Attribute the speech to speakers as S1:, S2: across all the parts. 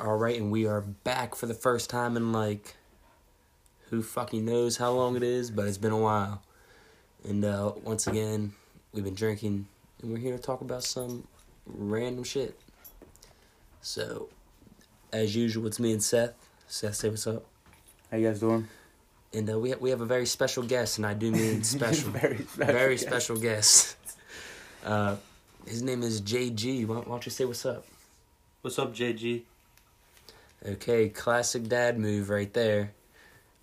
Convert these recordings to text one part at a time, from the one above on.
S1: All right, and we are back for the first time in like who fucking knows how long it is, but it's been a while. And uh, once again, we've been drinking, and we're here to talk about some random shit. So, as usual, it's me and Seth. Seth, say what's up.
S2: How you guys doing?
S1: And uh, we ha- we have a very special guest, and I do mean special,
S2: Very special
S1: very
S2: guest.
S1: special guest. Uh, his name is JG. Why, why don't you say what's up?
S3: What's up, JG?
S1: Okay, classic dad move right there.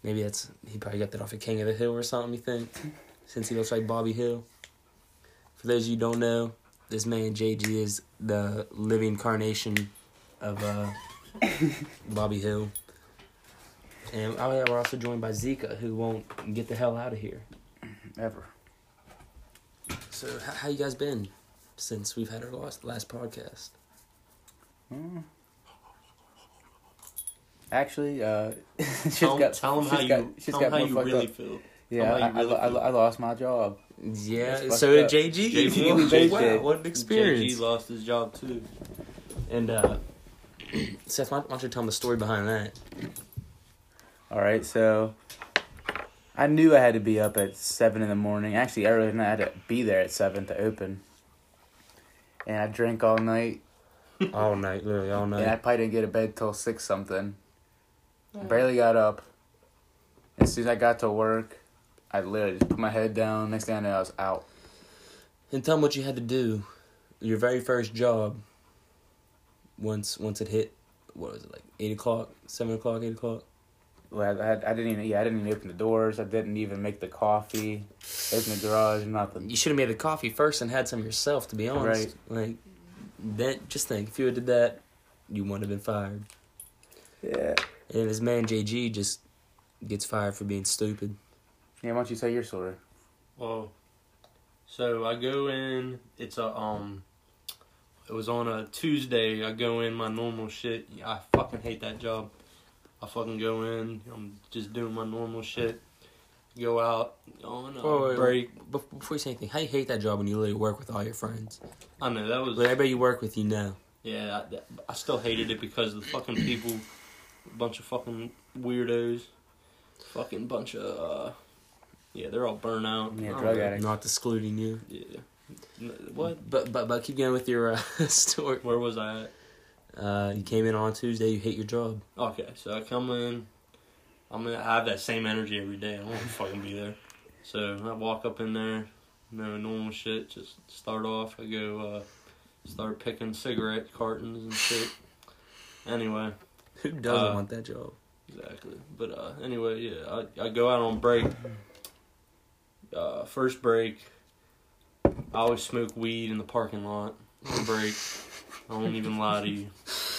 S1: Maybe that's he probably got that off of King of the Hill or something. You think? Since he looks like Bobby Hill. For those of you who don't know, this man JG is the living carnation of uh, Bobby Hill. And oh yeah, we're also joined by Zika, who won't get the hell out of here.
S2: Ever.
S1: So h- how you guys been since we've had our last last podcast?
S2: Hmm. Actually, uh, shit
S3: Tell,
S2: got,
S3: tell 'em
S2: shit
S3: how you,
S2: got- shit
S3: tell
S2: got
S3: 'em how
S2: more
S3: you
S2: fucked
S3: really
S2: up.
S3: feel.
S2: Yeah,
S3: how you
S2: I, I
S3: really
S2: lo- I,
S3: feel.
S2: lo- I lost my job.
S1: Yeah,
S2: It's
S1: so
S2: fucked up.
S1: JG,
S3: JG,
S1: wow,
S2: JG.
S1: wow, what an experience.
S3: JG lost his job too.
S1: And uh, Seth, why why don't you tell them the story behind that?
S2: All right, so I knew I had to be up at seven in the morning. Actually, earlier than that, I had to be there at seven to open. And I drank all night,
S1: All night, literally all night.
S2: and I probably didn't get to bed till six something. Barely got up. As soon as I got to work, I literally just put my head down. Next thing I know, I was out.
S1: And tell them what you had to do. Your very first job. Once once it hit, what was it like? Eight o'clock, seven o'clock, eight o'clock.
S2: Well, I, had, I didn't even yeah I didn't even open the doors. I didn't even make the coffee, open the garage, nothing.
S1: You should have made the coffee first and had some yourself. To be honest, like that. Just think, if you had did that, you wouldn't have been fired.
S2: Yeah.
S1: And this man JG just gets fired for being stupid.
S2: Yeah. Why don't you tell your story?
S3: Well, Oh. so I go in. It's a um. It was on a Tuesday. I go in my normal shit. I fucking hate that job. I fucking go in. I'm just doing my normal shit. Go out on a
S1: Oh, Wait, wait,
S3: break.
S1: wait. Bef- Before you say anything, how you hate that job when you literally work with all your friends?
S3: I know that was
S1: But everybody you work with, you know.
S3: Yeah, I, that- I still hated it because the fucking people, a bunch of fucking weirdos, fucking bunch of, uh, yeah, they're all burnt out.
S2: Yeah,
S3: I don't
S2: drug
S3: know.
S2: addicts.
S1: Not excluding you.
S3: Yeah. N- What?
S1: But but but keep going with your uh, story.
S3: Where was I at?
S1: Uh, you came in on Tuesday. You hate your job.
S3: Okay, so I come in, I'm gonna I have that same energy every day. I don't want to fucking be there. So I walk up in there, no normal shit. Just start off. I go uh, start picking cigarette cartons and shit. Anyway,
S1: Who doesn't
S3: Uh,
S1: want that job?
S3: Exactly. But uh, anyway, yeah, I, I go out on break. Uh, first break, I always smoke weed in the parking lot on break. I won't even lie to you.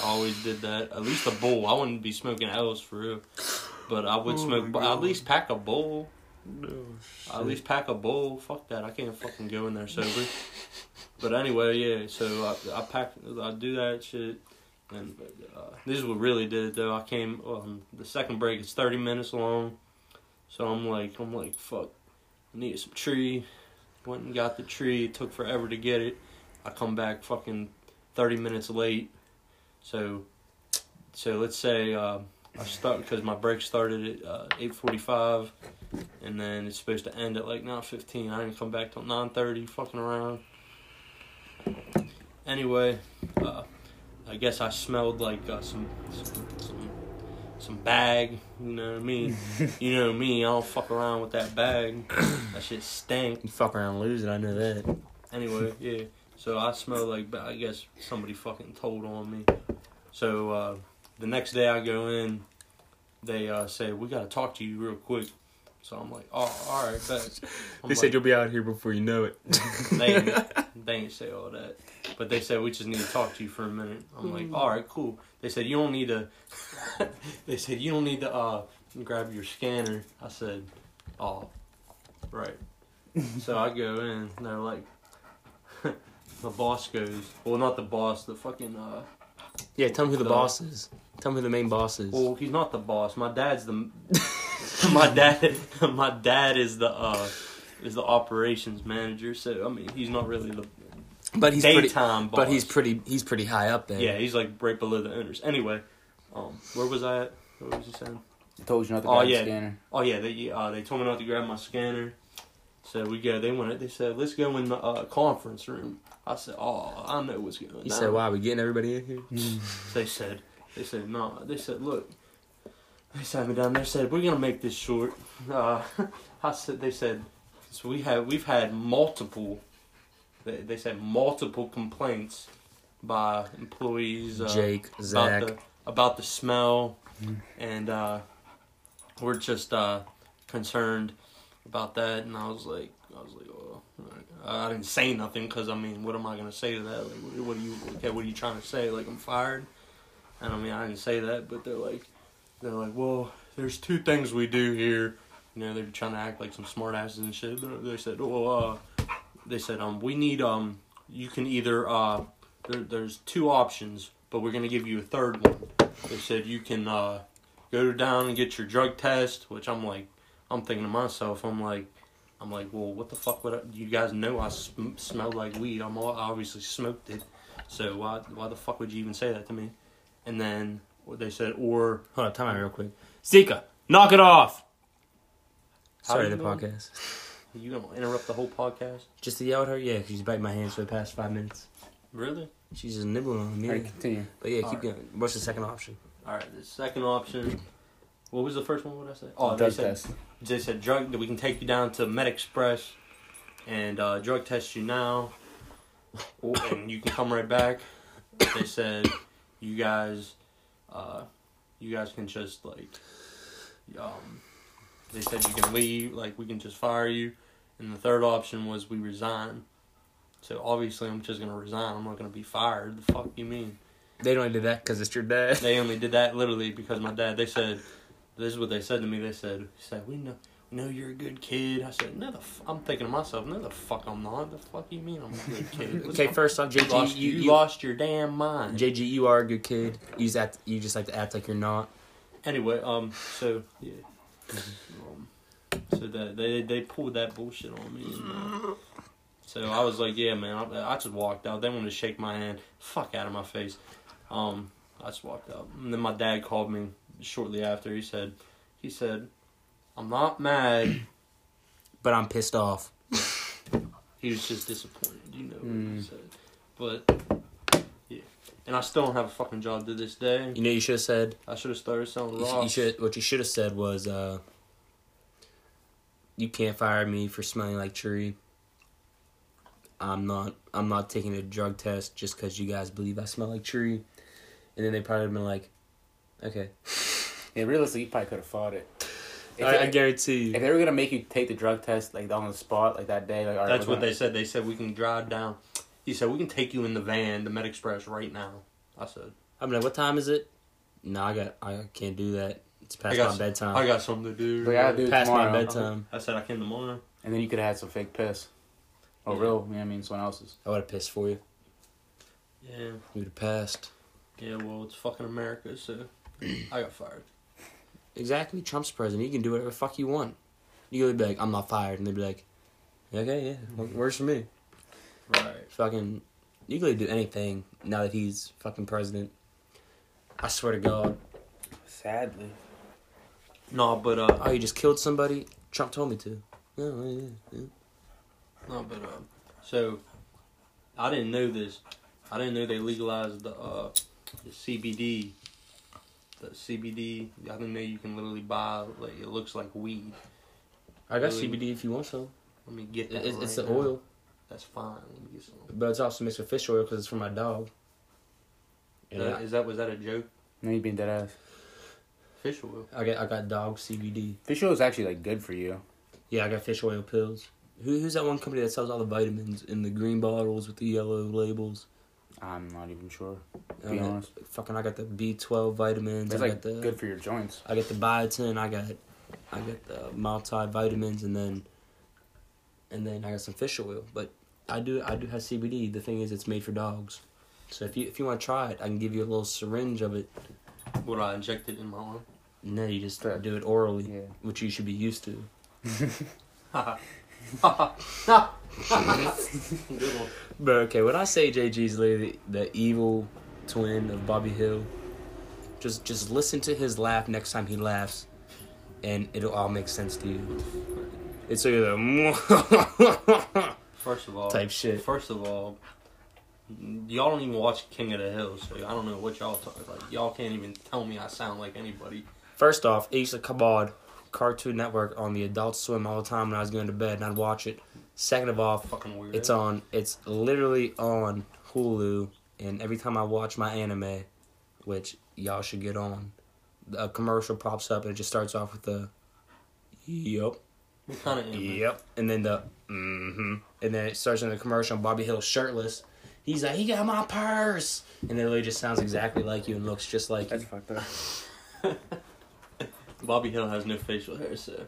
S3: I always did that. At least a bowl. I wouldn't be smoking L's for real. But I would
S1: Oh my
S3: smoke. I
S1: God.
S3: at least pack a bowl.
S1: No.
S3: I at least pack a bowl. Fuck that. I can't fucking go in there sober. but anyway, yeah. So I, I pack. I do that shit. And uh, this is what really did it though. I came. Um, the second break is thirty minutes long. So I'm like, I'm like, fuck. I needed some tree. Went and got the tree. It took forever to get it. I come back fucking thirty minutes late. So, so let's say uh, I start because my break started at uh, eight forty five and then it's supposed to end at like nine fifteen. I didn't come back till nine thirty, fucking around. Anyway, uh, I guess I smelled like uh, some, some some some bag. You know me. you know me. I don't fuck around with that bag. that shit stank.
S1: You fuck around, and lose it. I know that.
S3: Anyway, yeah. So I smell like ba- I guess somebody fucking told on me. So uh, the next day I go in, they uh, say we gotta talk to you real quick. So I'm like, oh, all right, bet. I'm like,
S1: be out here before you know it.
S3: they ain't, they ain't say all that, but they said we just need to talk to you for a minute. I'm
S1: Hmm.
S3: like, all right, cool. They said you don't need to. they said you don't need to uh, grab your scanner. I said, oh, right. so I go in. And they're like, the boss goes. Well, not the boss. The fucking. Uh,
S1: yeah, tell me who the
S3: Uh,
S1: boss is. Tell me who the main boss is.
S3: well, he's not the boss. My dad's the. my dad. My dad is the. Uh, is the operations manager. So I mean, he's not really the
S1: but he's pretty.
S3: daytime boss.
S1: But he's pretty. He's pretty high up there.
S3: Yeah, he's like right below the owners. Anyway, Um, where was I at? What was you saying?
S2: I told you not to
S3: Oh,
S2: grab the
S3: yeah.
S2: scanner.
S3: Oh yeah, they uh, they told me not to grab my scanner. So we go. They wanted. They said, "Let's go in the uh, conference room." I said, "Oh, I know what's going on."
S1: You said, "Why we getting everybody in here?"
S3: They said, "They said no." They said, "Look." They sat me down. They said, "We're gonna make this short." Uh, I said, "They said, so we have we've had multiple." They, they said multiple complaints by employees. Uh,
S1: Jake,
S3: about
S1: Zach,
S3: the about the smell,
S2: Mm.
S3: and uh, we're just uh, concerned about that. And I was like, I was like, oh. I didn't say nothing because I mean, what am I gonna say to that? Like, what, what are you? Okay, what are you trying to say? Like, I'm fired. And I mean, I didn't say that, but they're like, they're like, well, there's two things we do here. You know, they're trying to act like some smartasses and shit. They they said, well, uh, they said, um, we need, um, you can either, uh, there, there's two options, but we're gonna give you a third one. They said you can, uh, go down and get your drug test, which I'm like, I'm thinking to myself, I'm like, I'm like, well, what the fuck would I, you guys know? I sm- smelled like weed. I'm all, I obviously smoked it, so why, why the fuck would you even say that to me? And then they said, or
S1: Hold on, time out real quick. Sika, knock it off.
S3: How
S1: Sorry, the
S3: do you know?
S1: podcast.
S3: You gonna interrupt the whole podcast?
S1: Just to yell at her, yeah, 'cause she's biting my hands for the past five minutes.
S3: Really?
S1: She's just nibbling on me.
S2: All right, continue.
S1: But yeah, keep
S3: Alright.
S1: going. What's the second option?
S3: All right. The second option. What was the first one? What did I say? Oh, they
S2: Drug
S3: said
S2: test.
S3: they said drug that we can take you down to Med Express and uh, drug test you now, or- and you can come right back. They said you guys, uh, you guys can just like, um, they said you can leave. Like we can just fire you. And the third option was we resign. So obviously I'm just gonna resign. I'm not gonna be fired. The fuck you mean?
S1: They don't do that because it's your dad.
S3: They only did that literally because my dad. They said, "This is what they said to me." They said, "said We know, we know you're a good kid." I said, "No, the f-. I'm thinking to myself, no, the fuck I'm not. The fuck you mean I'm a good kid?
S1: Okay, first off,
S3: you
S1: JG,
S3: lost,
S1: you,
S3: you, lost your damn mind."
S1: JG, you are a good kid. You just act, you just like to act like you're not.
S3: anyway, um, so yeah, um, so that they they pulled that bullshit on me. And, uh, so I was like, "Yeah, man," I, I just walked out. They wanted to shake my hand. Fuck out of my face. Um, I just walked out. And then my dad called me shortly after. He said, "He said, I'm not mad."
S1: But I'm pissed off.
S3: He was just disappointed, you know. What he
S2: Mm.
S3: said. But yeah, and I still don't have a fucking job to this day.
S1: You know, you should have said.
S3: I should have started selling
S1: You, sh-
S3: raw.
S1: you should. What you should have said was, uh, you can't fire me for smelling like tree. I'm not. I'm not taking a drug test just because you guys believe I smell like tree. And then they probably would have been like, okay.
S2: Yeah, realistically, you probably could have fought it. If,
S1: I, I
S2: they,
S1: guarantee you.
S2: if they were gonna make you take the drug test like on the spot, like that day, like all right,
S3: That's
S2: we're
S3: what
S2: gonna-
S3: they said. They said we can drive down. He said we can take you in the van, the Med Express, right now. I said
S1: I'm like, what time is it? No, I got. I can't do that. It's past
S3: I got
S1: my
S3: s-
S1: bedtime.
S3: I got something to do.
S2: They gotta do it
S1: past my
S2: tomorrow.
S1: bedtime.
S3: I said I can tomorrow.
S2: And then you could have had some fake piss. Or real, you know what I mean, someone else's.
S1: I would have pissed for you.
S3: Yeah,
S1: You would have passed.
S3: yeah. Well, it's fucking America, so I got fired.
S1: Exactly. Trump's president. You can do whatever the fuck you want. You could be like, I'm not fired. And they'd be like, okay, yeah, well, works for me.
S3: Right.
S1: Fucking, you could do anything now that he's fucking president. I swear to God.
S2: Sadly.
S3: No, but uh,
S1: Oh, you just killed somebody? Trump told me to. No, yeah, yeah.
S3: no, but uh, so I didn't know this. I didn't know they legalized the, uh, the CBD. The CBD. I didn't know you can literally buy. Like it looks like weed.
S1: I got
S3: Really?
S1: CBD if you want some.
S3: Let me get that.
S1: It, it's
S3: right
S1: the
S3: now.
S1: oil,
S3: That's fine. Let me get some.
S1: but it's also mixed with fish oil because it's for my dog.
S3: Is
S1: And
S3: that- is that was that a joke?
S2: No, you being dead ass.
S3: Fish oil.
S1: I, I got I got dog CBD.
S2: Fish oil is actually like good for you.
S1: Yeah, I got fish oil pills. Who, who's that one company that sells all the vitamins in the green bottles with the yellow labels?
S2: I'm not even sure.
S1: I
S2: Be
S1: got-
S2: honest.
S1: Fucking, I got the B twelve vitamins.
S2: It's
S1: I
S2: like
S1: got the
S2: good for your joints.
S1: I got the biotin. I got I got the multivitamins, and then and then I got some fish oil. But I do I do have CBD. The thing is, it's made for dogs. So if you if you want to try it, I can give you a little syringe of it.
S3: What I injected in my arm.
S1: And then you just
S2: Sure.
S1: do it orally,
S2: Yeah.
S1: which you should be used to.
S3: Good one.
S1: But okay, when I say JG's literally the evil twin of Bobby Hill, Just just listen to his laugh next time he laughs, and it'll all make sense to you. It's like a
S3: First of all,
S1: type shit.
S3: First of all, y'all don't even watch King of the Hill, so I don't know what y'all talk like. Y'all can't even tell me I sound like anybody.
S1: First off, it used to come on Cartoon Network on the Adult Swim all the time when I was going to bed, and I'd watch it. Second of all,
S3: Fucking weird.
S1: It's on. It's literally on Hulu, and every time I watch my anime, which y'all should get on, a commercial pops up and it just starts off with the, yep,
S3: What kind of anime?
S1: yep, and then the mm-hmm, and then it starts in the commercial. and Bobby Hill shirtless. He's like, he got my purse, and it literally just sounds exactly like you and looks just like you.
S2: That's fucked up.
S3: Bobby Hill has no facial hair, so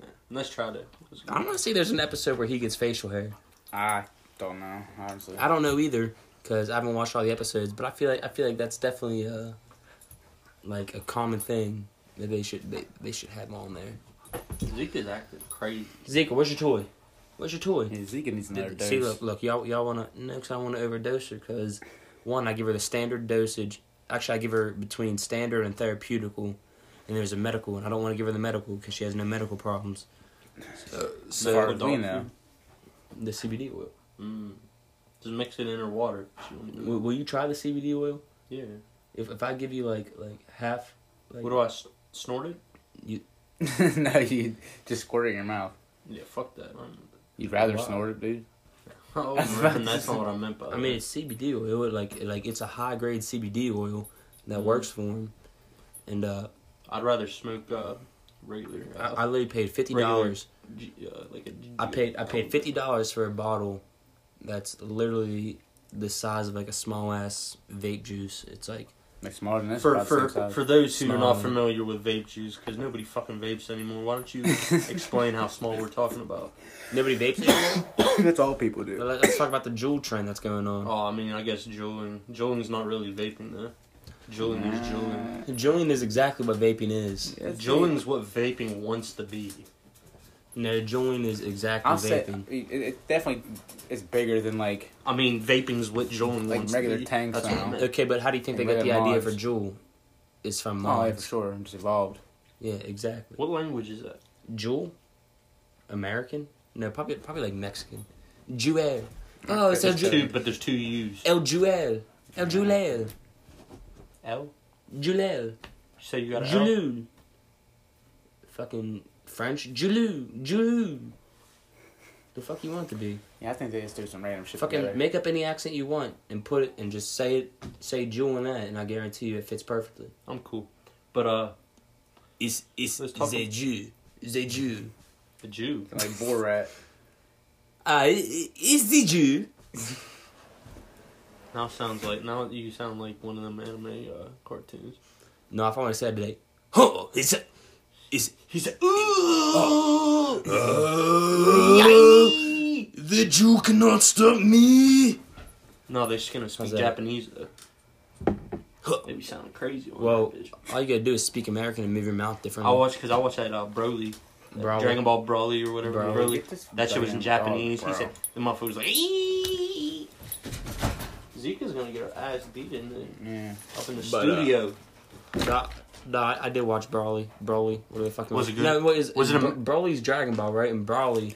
S3: yeah. let's try that.
S1: I want to say there's an episode where he gets facial hair.
S2: I don't know, honestly.
S1: I don't know either because I haven't watched all the episodes, but I feel like I feel like that's definitely uh like a common thing that they should they, they should have on there.
S3: Zeke is acting crazy.
S1: Zeke, where's your toy? Where's your toy?
S2: Yeah, Zeke needs another
S1: Did-
S2: dose.
S1: See, look, look, y'all y'all wanna no, 'cause I wanna overdose her because one I give her the standard dosage. Actually, I give her between standard and therapeutical, and there's a medical, and I don't want to give her the medical because she has no medical problems. So,
S2: As far
S1: so
S2: as we know.
S1: the CBD oil.
S3: Mm. Just mix it in her water. She don't even-
S1: Will, will you try the CBD oil?
S3: Yeah.
S1: If if I give you like like half, like,
S3: What do I s- snort it?
S2: no, you just squirt it in your mouth.
S3: Yeah, fuck that. I'm,
S2: You'd rather
S1: Wow.
S2: snort it, dude.
S3: oh,
S2: That's
S3: man,
S2: not-
S3: that's not what I meant by
S1: I mean, it's CBD oil. It, like, like it's a high grade CBD oil that
S2: Mm-hmm.
S1: works for him. And uh,
S3: that. I'd rather smoke uh, regular. Uh,
S1: I, I literally paid fifty dollars.
S3: G- uh, like a G-
S1: I paid I paid fifty dollars for a bottle that's literally the size of like a small ass vape juice. It's like
S2: Like smaller than this.
S3: For
S2: about the
S3: for
S2: same size.
S3: for those who are
S1: Small.
S3: not familiar with vape juice, because nobody fucking vapes anymore. Why don't you explain how small we're talking about?
S1: nobody vapes anymore.
S2: That's all people do.
S1: Let- Let's talk about the jewel trend that's going on.
S3: Oh, I mean, I guess juuling. Juuling's not really vaping though. Juuling is juuling.
S2: Oh.
S1: Juuling is exactly what vaping is.
S2: That's
S3: Juuling's what vaping wants to be.
S1: No, juuling is exactly
S2: I'll say
S1: vaping.
S2: it, it definitely is bigger than like
S3: I mean, vaping's what juuling
S2: Like
S3: wants
S2: regular
S3: to be.
S2: tanks
S3: That's what
S2: now.
S3: I meant.
S1: Okay, but how do you think they
S2: And
S1: got
S2: look
S1: the
S2: at
S1: idea
S2: mods.
S1: for jewel? It's from
S2: oh yeah for
S1: mods.
S2: sure just evolved.
S1: Yeah, exactly.
S3: What language is that?
S1: Jewel? American? No, probably probably like Mexican. Jewel. Oh, it's El
S2: Ju-
S3: Two,
S1: Jewel.
S3: but there's two U's.
S1: El Jewel. El Jewel.
S3: L. You
S1: Jewel.
S3: say you got an L.
S1: Jewel. Fucking French. Jewel. Jewel. The fuck you want it to be.
S2: Yeah, I think they just do some random shit.
S1: Fucking
S2: together.
S1: make up any accent you want and put it and just say it, say Jewel in that, and I guarantee you it fits perfectly.
S3: I'm cool, but uh,
S1: It's it's
S3: Let's talk-
S1: Jew. The Jew.
S3: the Jew.
S2: like Borat.
S1: Ah, it's the Jew.
S3: Now sounds like now you sound like one of them anime uh, cartoons.
S1: No, if I want to say it, I'd be like, oh, it's a, it's, he's a, oh, oh, the Jew cannot stop me.
S3: No, they're just gonna speak
S1: How's that?
S3: Japanese though.
S1: Huh.
S3: They be sounding crazy. on
S1: Well,
S3: that bitch.
S1: All you gotta do is speak American and move your mouth differently.
S3: I watch because I watch that uh, Broly, that
S1: Broly.
S3: Dragon Ball Broly or whatever.
S1: Broly.
S3: Broly.
S2: Get this
S3: That shit was in
S2: goddamn dog,
S3: Japanese.
S2: bro.
S3: he said the motherfucker was like. "Ee." Zika's gonna get her ass beat in the,
S2: Yeah.
S3: up in the
S1: But, uh,
S3: studio.
S1: Nah, nah, I, I did watch Broly. Broly, what the fuck?
S3: Was it good?
S1: No, what is,
S3: Was
S1: was
S3: it
S1: it?
S3: a-
S1: Broly's Dragon Ball, right? And Broly,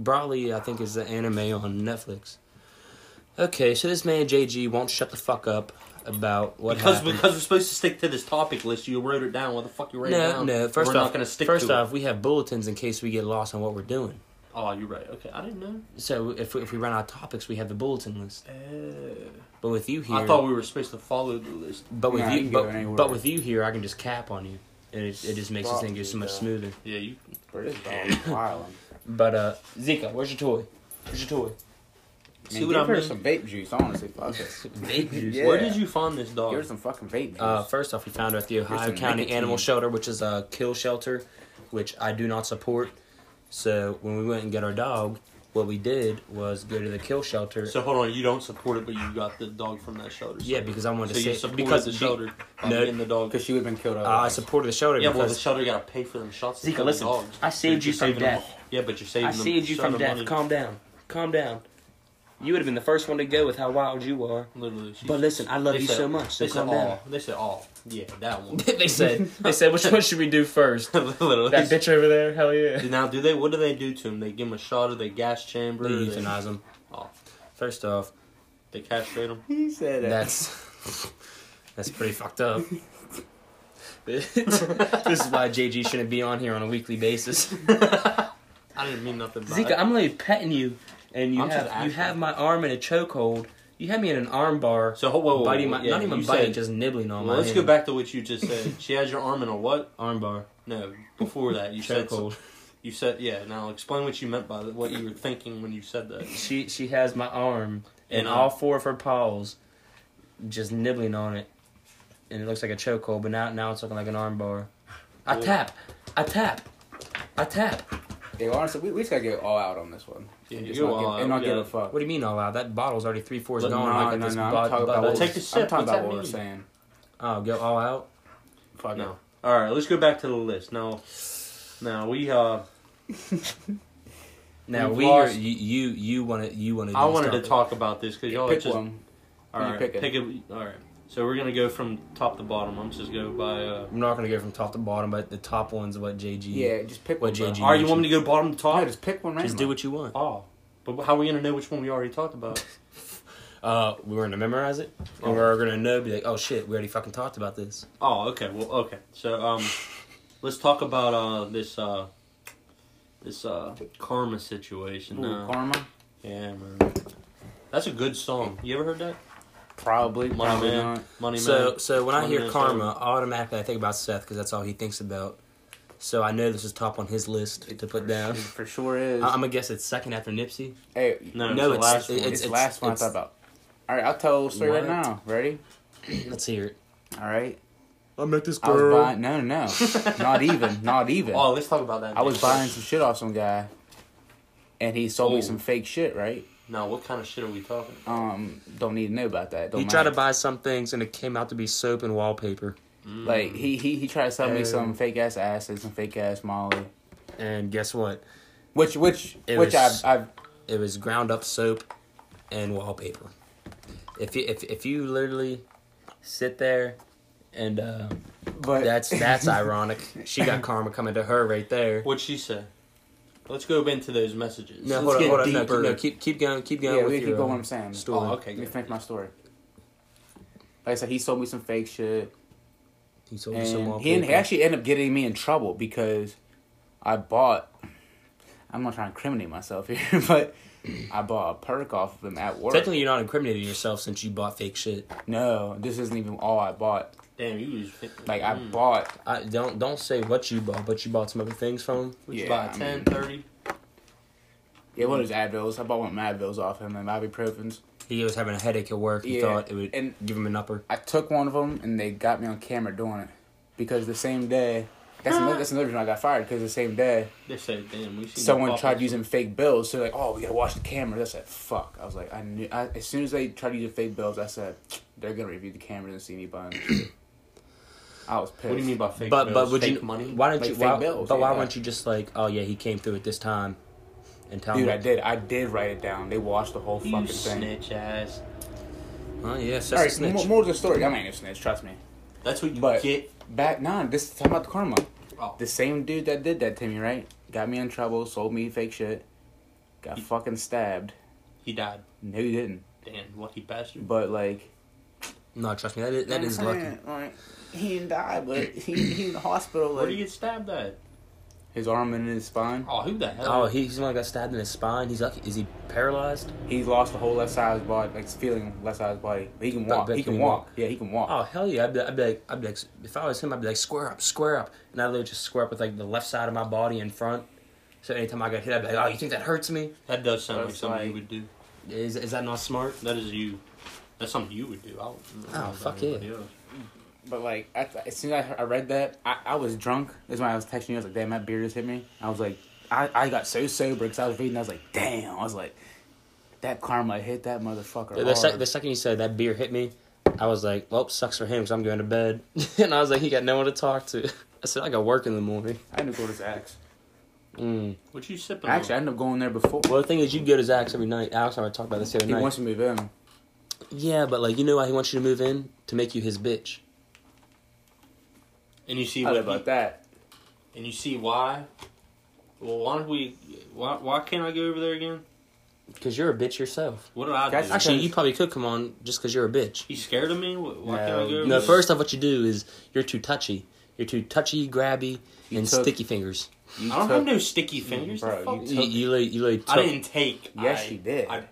S1: Broly, I think is the anime on Netflix. Okay, so this man JG won't shut the fuck up about what
S3: because
S1: happened.
S3: because we're supposed to stick to this topic list. You wrote it down. What the fuck you wrote it
S1: No,
S3: down?
S1: no. First
S3: we're
S1: off,
S3: not gonna stick
S1: first
S3: to
S1: off, we have bulletins in case we get lost on what we're doing.
S3: It. Oh, you're right. Okay, I didn't know.
S1: So if we, if we run out of topics, we have the bulletin list.
S3: Uh,
S1: But with you here,
S3: I thought we were supposed to follow the list.
S1: but with
S2: Nah, you
S1: you,
S2: can go
S1: but,
S2: anywhere.
S1: but with you here, I can just cap on you, and it, it just makes this
S2: Fuck
S1: thing go
S2: you,
S1: so much
S2: bro.
S1: smoother.
S3: Yeah, you.
S2: Bro, this dog is wild.
S1: But uh, Zika, where's your toy? Where's your toy?
S2: I mean,
S3: See what
S2: give
S3: I
S2: her
S3: mean?
S2: some vape juice, honestly. Fuck it.
S1: Vape juice.
S2: Yeah.
S3: Where did you find this dog?
S2: Give her some fucking vape juice.
S1: Uh, first off, we found her at the Ohio
S2: some
S1: County
S2: nicotine.
S1: Animal Shelter, which is a kill shelter, which I do not support. So when we went and got our dog, what we did was go to the kill shelter.
S3: So hold on, you don't support it, but you got the dog from that shelter.
S1: yeah, because I wanted
S3: so you
S1: to say
S3: supported
S1: because
S3: the
S1: be-
S3: shelter by
S1: No.
S3: getting the dog.
S2: Because she would have been killed.
S1: Uh, I
S2: otherwise.
S1: supported the shelter
S3: Yeah, well, the
S1: because
S3: shelter got to pay for them shots. to
S1: Zika,
S3: kill the
S1: listen,
S3: dogs.
S1: I saved
S3: But
S1: you
S3: you're
S1: from
S3: saving them-
S1: death.
S3: Yeah, but you're saving.
S1: I
S3: them
S1: saved you
S3: some
S1: from death.
S3: money.
S1: Calm down. Calm down. You would have been the first one to go with how wild you are.
S3: Literally. she-
S1: But listen, I love
S3: they
S1: you
S3: said-
S1: so much, so
S3: they said
S1: calm down.
S3: all. They said all. Yeah, that one.
S1: they said, they said, which one should we do first?
S3: Literally.
S1: That bitch over there, hell yeah.
S3: Now, do they? What do they do to him? They give him a shot of the gas chamber.
S1: They
S3: or they-
S1: euthanize him.
S3: Oh, first off, they castrate him.
S2: He said it.
S1: That's that's pretty fucked up. this is why JG shouldn't be on here on a weekly basis.
S3: I didn't mean nothing by
S1: Zika,
S3: it.
S1: I'm literally petting you, and you
S3: I'm just
S1: have you
S3: asking.
S1: have my arm in a chokehold. You have me in an arm bar,
S3: so whoa, whoa, whoa,
S1: biting
S3: whoa,
S1: my
S3: yeah,
S1: not even
S3: you
S1: biting,
S3: said-
S1: just nibbling on
S3: well,
S1: my.
S3: let's go
S1: hand.
S3: back to what you just said. She has your arm in a what?
S1: arm bar
S3: No, before that you said
S1: chokehold.
S3: you said yeah. Now explain what you meant by that, what you were thinking when you said that.
S1: She she has my arm and
S3: And, uh,
S1: all four of her paws, just nibbling on it, and it looks like a chokehold. But now now it's looking like an arm bar. I
S3: Cool.
S1: tap, I tap, I tap.
S2: Yeah, honestly, we, we just gotta go all out on this one.
S3: Yeah,
S2: and
S3: you
S2: just
S3: go
S2: not give,
S3: all
S2: and
S3: out,
S2: not give
S3: yeah.
S2: a fuck.
S1: What do you mean all out? That bottle's already three fours
S2: no,
S1: gone.
S2: no,
S1: I got
S2: no,
S1: this
S2: no, I'm
S1: bud-
S2: talking
S1: bud-
S2: about what,
S3: Well, take a
S2: I'm
S3: sip,
S2: talking
S3: what's
S2: about
S3: that
S2: what we're
S3: mean?
S2: saying.
S1: Oh, go all out.
S2: Fuck
S3: No. All right, let's go back to the list now. Now we uh,
S1: Now
S3: We've
S1: we are,
S3: lost-
S1: you you you want to you want to.
S3: I wanted to talk about this because
S2: it.
S3: y'all
S2: Pick
S3: just
S2: one.
S3: all
S2: You
S3: right,
S2: pick it.
S3: pick a, all right. So we're gonna go from top to bottom. I'm just go by. Uh,
S1: I'm not gonna go from top to bottom, but the top one's what JG.
S2: Yeah, just pick
S1: What
S2: one. bro.
S1: JG?
S3: all right, you want me to go bottom to top?
S2: No, just pick one randomly.
S1: Just do what you want.
S3: Oh, but how are we gonna know which one we already talked about?
S1: Uh, we were gonna memorize it, and we're gonna know. Be like, oh shit, we already fucking talked about this.
S3: Oh, okay. Well, okay. So, um, let's talk about uh this uh this uh karma situation.
S2: Ooh,
S3: now.
S2: Karma?
S3: yeah, man. That's a good song. You ever heard that?
S2: Probably.
S3: Money
S2: probably
S3: Man.
S2: not.
S3: Money
S1: So
S3: Man.
S1: so when I
S3: One
S1: hear
S3: minute,
S1: karma,
S3: sorry.
S1: automatically I think about Seth because that's all he thinks about. So I know this is top on his list to put
S2: For
S1: down.
S2: sure- For sure is.
S1: I- I'm gonna guess it's second after Nipsey.
S2: hey,
S3: No,
S1: no,
S3: it's, the
S1: it's-
S3: last one.
S2: it's,
S1: it's-
S2: last one
S1: it's-
S2: I thought about. All right, I'll tell a story right
S1: What?
S2: now. Ready?
S1: Let's hear it.
S2: All right.
S1: I met this
S2: I was buying. No, no, no. not even. Not even.
S3: oh, let's talk about that.
S2: I was
S3: next.
S2: buying some shit off some guy, and he
S1: Oh.
S2: sold
S3: Ooh.
S2: me some fake shit. Right?
S3: Now, what kind of shit are we talking?
S2: Um, don't need to know about that. Don't
S1: He
S2: matter.
S1: tried to buy some things and it came out to be soap and wallpaper
S3: Mm.
S2: Like he he he tried to sell me some
S1: Um,
S2: fake ass acid, some fake ass Molly,
S1: and guess what?
S2: which which
S1: It
S2: which
S1: was-
S2: I've I've
S1: It was ground up soap and wallpaper. If you if if you literally sit there and uh,
S2: but
S1: that's that's ironic. She got karma coming to her right there.
S3: What'd she say? Let's go into those messages.
S1: No,
S3: Let's
S1: hold on,
S3: get
S1: hold on. No,
S3: deeper.
S1: keep, no, keep keep going, keep going
S2: yeah,
S1: with
S2: we keep
S1: your,
S2: going.
S1: uh,
S2: What I'm saying.
S1: story.
S3: Oh, okay,
S2: Let me
S3: good.
S2: finish my story. Like I said, he sold me some fake shit,
S1: He sold you some
S2: and
S1: wallpaper.
S2: he, en- he actually ended up getting me in trouble because I bought. I'm not trying to incriminate myself here, but I bought a perk off of him at work.
S1: Technically, you're not incriminating yourself since you bought fake shit.
S2: No, this isn't even all I bought.
S3: Damn, you was
S2: Like I
S3: Mm.
S2: bought
S1: I don't don't say what you bought, but you bought some other things from him.
S3: What'd you
S2: Yeah,
S3: buy?
S2: I
S3: 10,
S2: mean-
S3: 30?
S2: yeah, one of those Advils. I bought one of my Advils off him and ibuprofens.
S1: He was having a headache at work. He
S2: Yeah,
S1: thought it would
S2: and-
S1: give him an upper.
S2: I took one of them and they got me on camera doing it because the same day. That's another, that's another reason I got fired because the same day
S3: They said, damn, we seen
S2: someone
S3: the
S2: tried
S3: poppers.
S2: using fake bills. So they're like, oh, we gotta watch the camera. I said, fuck. I was like, I knew. I, as soon as they tried using fake bills, I said they're gonna review the cameras and see me buying. this shit." I was pissed.
S3: What do you mean by fake
S1: But but
S3: bills?
S1: would
S3: fake
S1: you?
S3: money?
S1: Why don't
S2: Like
S1: you?
S2: fake
S1: Why,
S2: bills,
S1: but why
S2: yeah.
S1: weren't you just like, oh yeah, he came through at this time, and tell
S2: Dude, I
S1: him,
S2: did. I did write it down. They watched the whole
S3: You
S2: fucking thing.
S3: snitch ass.
S1: oh yeah, Seth's
S2: All
S1: a
S2: right,
S1: snitch.
S2: more, more of the story. I mean, it's snitch. Trust me.
S3: That's what you
S2: But-
S3: get.
S2: Back nah, this is talking about the karma.
S3: Oh,
S2: The same dude that did that to me, right? Got me in trouble, sold me fake shit, got fucking stabbed.
S3: he died.
S2: No, he didn't.
S3: Damn, lucky bastard.
S2: But like,
S1: no, trust me, that is, that is lucky.
S2: Like, he didn't die, but he, he in the hospital.
S3: Where do you get stabbed at?
S2: his arm and his spine.
S3: Oh, who the hell?
S1: Oh, he, he's the one that got stabbed in his spine. He's lucky. Is he paralyzed?
S2: He's lost the whole left side of his body, like feeling left side of his body. But he can
S1: But-
S2: walk.
S1: but
S2: He
S1: can
S2: can
S1: he
S2: walk.
S1: walk?
S2: Yeah, he can walk.
S1: Oh hell yeah! I'd be, I'd be like, I'd be like, if I was him, I'd be like, square up, square up, and I'd literally just square up with like the left side of my body in front. So anytime I got hit, I'd be like, oh, you think that hurts me?
S3: that does sound like
S2: That's
S3: something you
S2: like-
S3: would do.
S1: Is is that not smart?
S3: That is you. That's something you would do. I don't,
S2: Oh,
S3: I don't know about
S1: fuck yeah.
S3: anybody else.
S2: But like, I, as soon as I, heard- I read that, I, I was drunk. That's why I was texting you. I was like, "Damn, that beer just hit me." I was like, I, I got so sober because I was reading. I was like, "Damn," I was like, "That karma hit that motherfucker."
S1: The,
S2: hard.
S1: sec- the second you said that beer hit me, I was like, well, sucks for him because I'm going to bed. and I was like, he got no one to talk to. I said, I got work in the morning.
S2: I had to go to his ex.
S1: Mm.
S3: What you sipping?
S2: Actually, I
S3: on?
S2: ended up going there before.
S1: Well, the thing is, you go to Zach's every night. Alex and I talked about this the other
S2: He
S1: night.
S2: wants to move in.
S1: yeah, but like, you know why he wants you to move in to make you his bitch.
S3: and you see
S2: How
S3: what
S2: about
S3: he-
S2: that?
S3: and you see why. Well, why don't we? Why, why can't I go over there again?
S1: Because you're a bitch yourself.
S3: What did I do?
S2: That's
S1: Actually,
S2: Because-
S1: you probably could come on just because you're a bitch.
S3: He's scared of me. Wh- Why
S2: No.
S3: can't I go? Over
S1: No,
S3: there?
S1: first off, what you do is you're too touchy. You're too touchy, grabby,
S2: You
S1: and
S2: took-
S1: sticky fingers.
S2: You
S3: I don't
S2: took-
S3: have no sticky fingers.
S2: Bro,
S3: the fuck?
S2: you
S1: You,
S2: took-
S1: you, lay, you lay took-
S3: I didn't take.
S2: Yes,
S3: I,
S2: you did.
S3: I,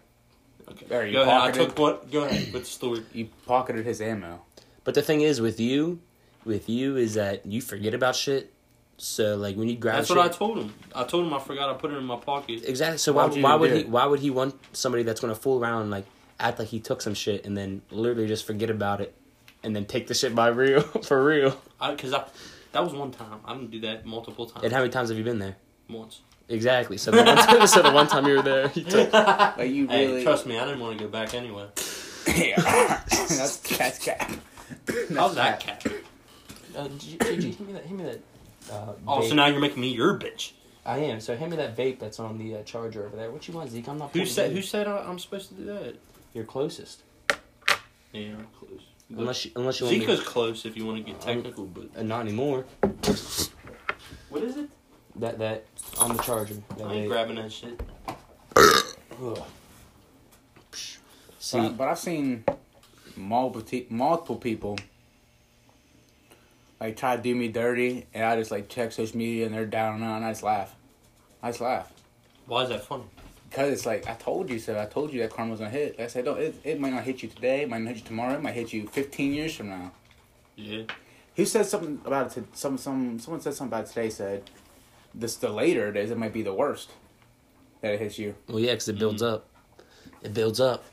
S3: okay.
S2: Are you
S3: go ahead. I
S2: pocketed?
S3: took what? Go ahead with the story.
S2: You pocketed his ammo.
S1: But the thing is with you, with you is that you forget about shit. So like when you grab
S3: That's
S1: shit,
S3: what I told him. I told him I forgot. I put it in my pocket.
S1: exactly. So
S2: Why
S1: why
S2: would you
S1: why
S2: even
S1: would
S2: do
S1: he
S2: it?
S1: why would he want somebody that's gonna fool around and, like act like he took some shit and then literally just forget about it and then take the shit by real for real?
S3: I because I that was one time. I didn't do that multiple times.
S1: And how many times have you been there?
S3: once.
S1: Exactly. So the one time, so the one time you were there, you took.
S2: Like you
S3: Hey,
S2: really.
S3: trust me, I didn't want to go back anyway.
S2: Yeah. that's that's cap.
S3: How's that cat?
S1: Uh, GG, hand me that. Hand me that. Uh,
S3: Oh, so now you're making me your bitch.
S1: I am. So hand me that vape that's on the uh, charger over there. What you want, Zeke? I'm not.
S3: Who said? Who said I- I'm supposed to do that?
S1: You're closest.
S3: Yeah, I'm close.
S1: Unless you, unless you want me.
S3: Zico's close if you want to get technical, but
S1: Uh, not anymore.
S3: what is it?
S1: That that on the charger. That
S3: I ain't
S1: vape.
S3: grabbing that shit.
S1: Ugh. Psh. See,
S2: But, but I've seen multiple te- multiple people like try to do me dirty, and I just like check social media, and they're down and out, and I just laugh. I just laugh
S3: Why is that funny?
S2: because it's like I told you so. I told you that karma's gonna hit. Like I said, don't. It, it might not hit you today. It might not hit you tomorrow. It might hit you fifteen years from now.
S3: Yeah.
S2: Who said something about it? To, some some someone said something about it today. Said this the later it is, it might be the worst that it hits you.
S1: well, yeah, because it builds up. It builds up.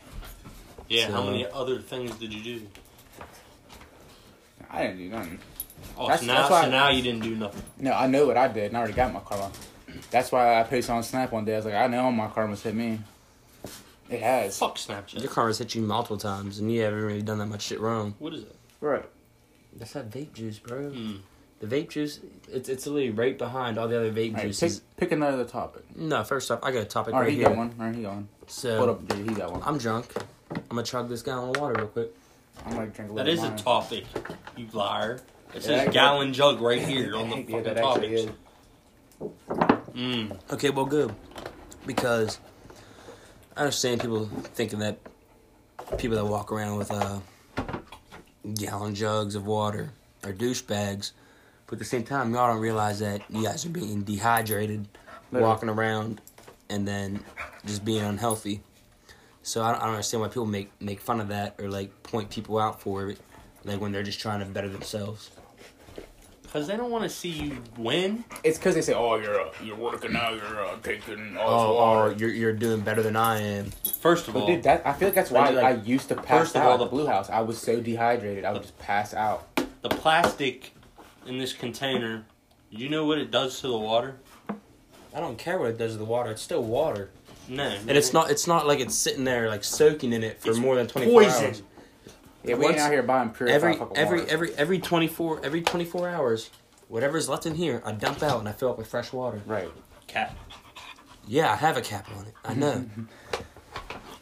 S3: Yeah. how
S1: So- uh,
S3: many other things did you do?
S2: I didn't do nothing.
S3: Oh,
S2: That's-
S3: so now,
S2: that's why-
S3: so now you didn't do nothing.
S2: No, I know what I did, and I already got my karma. That's why I posted on Snap one day. I was like, I know my karma's hit me. It has.
S3: Fuck
S1: Your
S3: Snapchat.
S1: karma's hit you multiple times, and you haven't really done that much shit wrong.
S3: What is that?
S2: Right.
S1: That's that vape juice, bro.
S3: Mm.
S1: The vape juice, it's it's literally right behind all the other vape
S2: All right, pick,
S1: juices.
S2: pick another topic.
S1: No, first off, I got a topic
S2: All
S1: right
S2: right, he
S1: here.
S2: got one. All right, he got one. Hold
S1: So
S2: up, dude. He got one.
S1: I'm drunk. I'm gonna chug this gallon of water real quick.
S2: I'm gonna drink a little.
S3: That is
S2: of
S3: a
S2: mine.
S3: topic. You liar. It
S2: Yeah,
S3: says
S2: that-
S3: gallon jug right here on the
S2: Yeah,
S3: fucking
S2: that
S3: topic.
S2: actually is.
S3: Mm.
S1: Okay, well, good. Because I understand people thinking that people that walk around with uh, gallon jugs of water are douchebags. But at the same time, y'all don't realize that you guys are being dehydrated,
S2: Literally.
S1: walking around, and then just being unhealthy. So I don't, I don't understand why people make, make fun of that or like point people out for it, like when they're just trying to better themselves.
S3: Cause they don't want to see you win.
S2: It's because they say, "Oh, you're uh, you're working out, you're uh, taking all
S1: Oh,
S2: this
S1: oh,
S2: water."
S1: you're you're doing better than I am.
S3: First of
S2: But
S3: all,
S2: dude, that I feel like that's why
S3: But oh. like,
S2: I used to pass
S3: first of all,
S2: out.
S3: the-
S2: The Blue House. I was so dehydrated, I would just pass out.
S3: the plastic in this container. You know what it does to the water?
S1: I don't care what it does to the water. It's still water.
S3: No.
S1: And it's not it's not like it's sitting there like soaking in it for
S3: It's
S1: more than 24
S3: poison.
S1: hours.
S2: Yeah, we ain't
S1: Once-
S2: out here buying purified
S1: Every
S2: fucking
S1: every
S2: water.
S1: every every 24 every 24 hours, whatever's left in here, I dump out and I fill up with fresh water.
S2: right.
S3: Cat.
S1: Yeah, I have a cap on it. I know.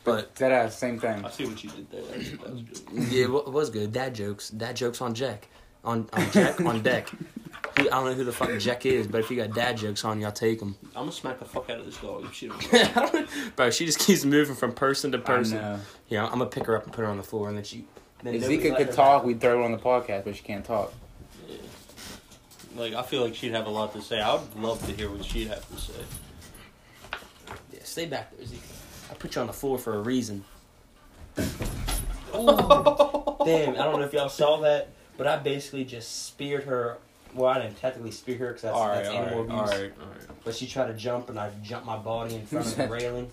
S1: but
S2: That uh, same thing.
S3: I see what you did there. That was, that was good.
S1: yeah, it wa- was good. Dad jokes. Dad jokes on Jack. On on Jack on deck. Who- I don't know who the fuck Jack is, but if you got dad jokes on, y'all take them.
S3: I'm gonna smack the fuck out of this dog. if She don't.
S1: Bro, she just keeps moving from person to person.
S2: I know.
S1: Yeah, I'm gonna pick her up and put her on the floor, and then she. Then
S2: If
S1: nobody
S2: Zika
S1: let
S2: could
S1: her
S2: talk, we'd throw it on the podcast, but she can't talk.
S3: Like I feel like she'd have a lot to say. I would love to hear what she'd have to say.
S1: Yeah, stay back there, Zeke. I put you on the floor for a reason.
S3: Oh.
S1: Damn, I don't know if y'all saw that, but I basically just speared her. Well, I didn't technically spear her because that's,
S3: all right,
S1: that's
S3: all right,
S1: animal
S3: all
S1: abuse.
S3: right, all right.
S1: But she tried to jump, and I jumped my body in front of the railing,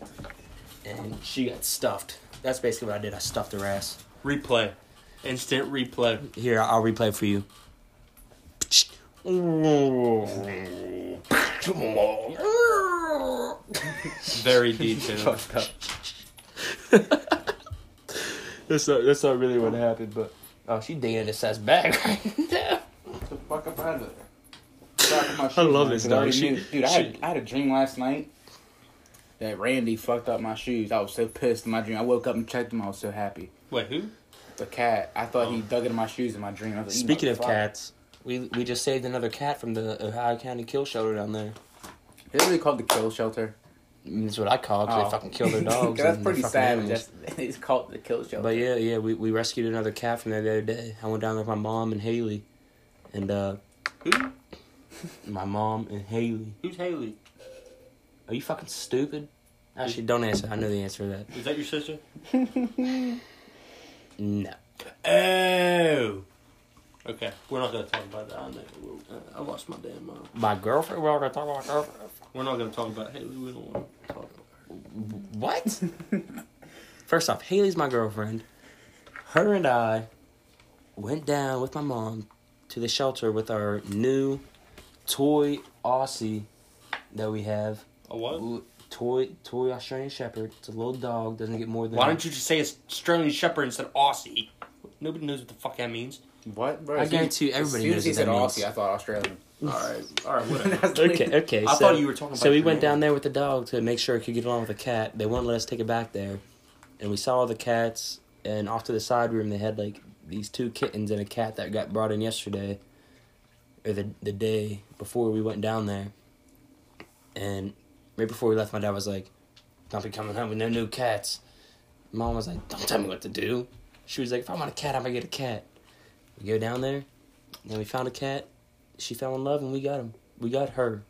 S1: and she got stuffed. That's basically what I did. I stuffed her ass.
S3: Replay, instant replay.
S1: Here, I'll replay for you.
S3: Very detailed.
S2: Fucked up.
S1: That's not, that's not really what happened, but. Oh, she dinging his ass back right now.
S2: the fuck up out of there. sock in my shoes.
S1: I love
S2: man,
S1: this
S2: 'cause I
S1: dog.
S2: already
S1: She-
S2: knew- dude, I had,
S1: she-
S2: I had a dream last night that Randy fucked up my shoes. I was so pissed in my dream. I woke up and checked them. I was so happy.
S3: Wait, who?
S2: The cat. I thought he dug into my shoes in my dream. I was like, you
S1: Oh. Speaking of
S2: motherfucker.
S1: cats, we we just saved another cat from the Ohio County kill shelter down there.
S2: Is it really called the kill shelter?
S1: I mean, That's what I call it 'cause
S2: Oh.
S1: they fucking kill their dogs.
S2: That's
S1: and their
S2: pretty
S1: fucking
S2: savage.
S1: animals.
S2: That's, it's called the kill shelter.
S1: But yeah, yeah, we, we rescued another cat from there the other day. I went down there with my mom and Haley, and uh,
S3: Who?
S1: my mom and Haley.
S3: Who's Haley?
S1: Are you fucking stupid? Actually, don't answer. I know the answer to that.
S3: Is that your sister?
S1: No.
S3: Oh. Okay, we're not gonna talk about that. I know. We're- I lost my damn mind.
S1: My girlfriend. We're all gonna talk about my girlfriend.
S3: We're not gonna talk about Haley. We don't want to talk about.
S1: What?
S3: Her.
S1: First off, Haley's my girlfriend. Her and I went down with my mom to the shelter with our new toy Aussie that we have.
S3: A what?
S1: L- Toy toy Australian Shepherd. It's a little dog. Doesn't get more than.
S3: Why don't you just say Australian Shepherd instead of Aussie? Nobody knows what the fuck that means.
S2: What, bro?
S1: I
S2: As soon-
S1: guarantee you everybody
S2: as soon
S1: knows
S2: as he
S1: what
S2: said
S1: that means.
S2: Aussie, I thought Australian.
S3: All right, all right, whatever.
S1: Okay, okay.
S3: I
S1: so,
S3: thought you were talking about.
S1: So we
S3: your
S1: went
S3: man.
S1: down there with the dog to make sure it could get along with the cat. They wouldn't let us take it back there, and we saw the cats. And off to the side room, they had like these two kittens and a cat that got brought in yesterday, or the the day before we went down there. And right before we left, my dad was like, "Don't be coming home with no new cats." Mom was like, "Don't tell me what to do." She was like, "If I want a cat, I'm gonna get a cat." We go down there, and we found a cat. She fell in love, and we got him. We got her.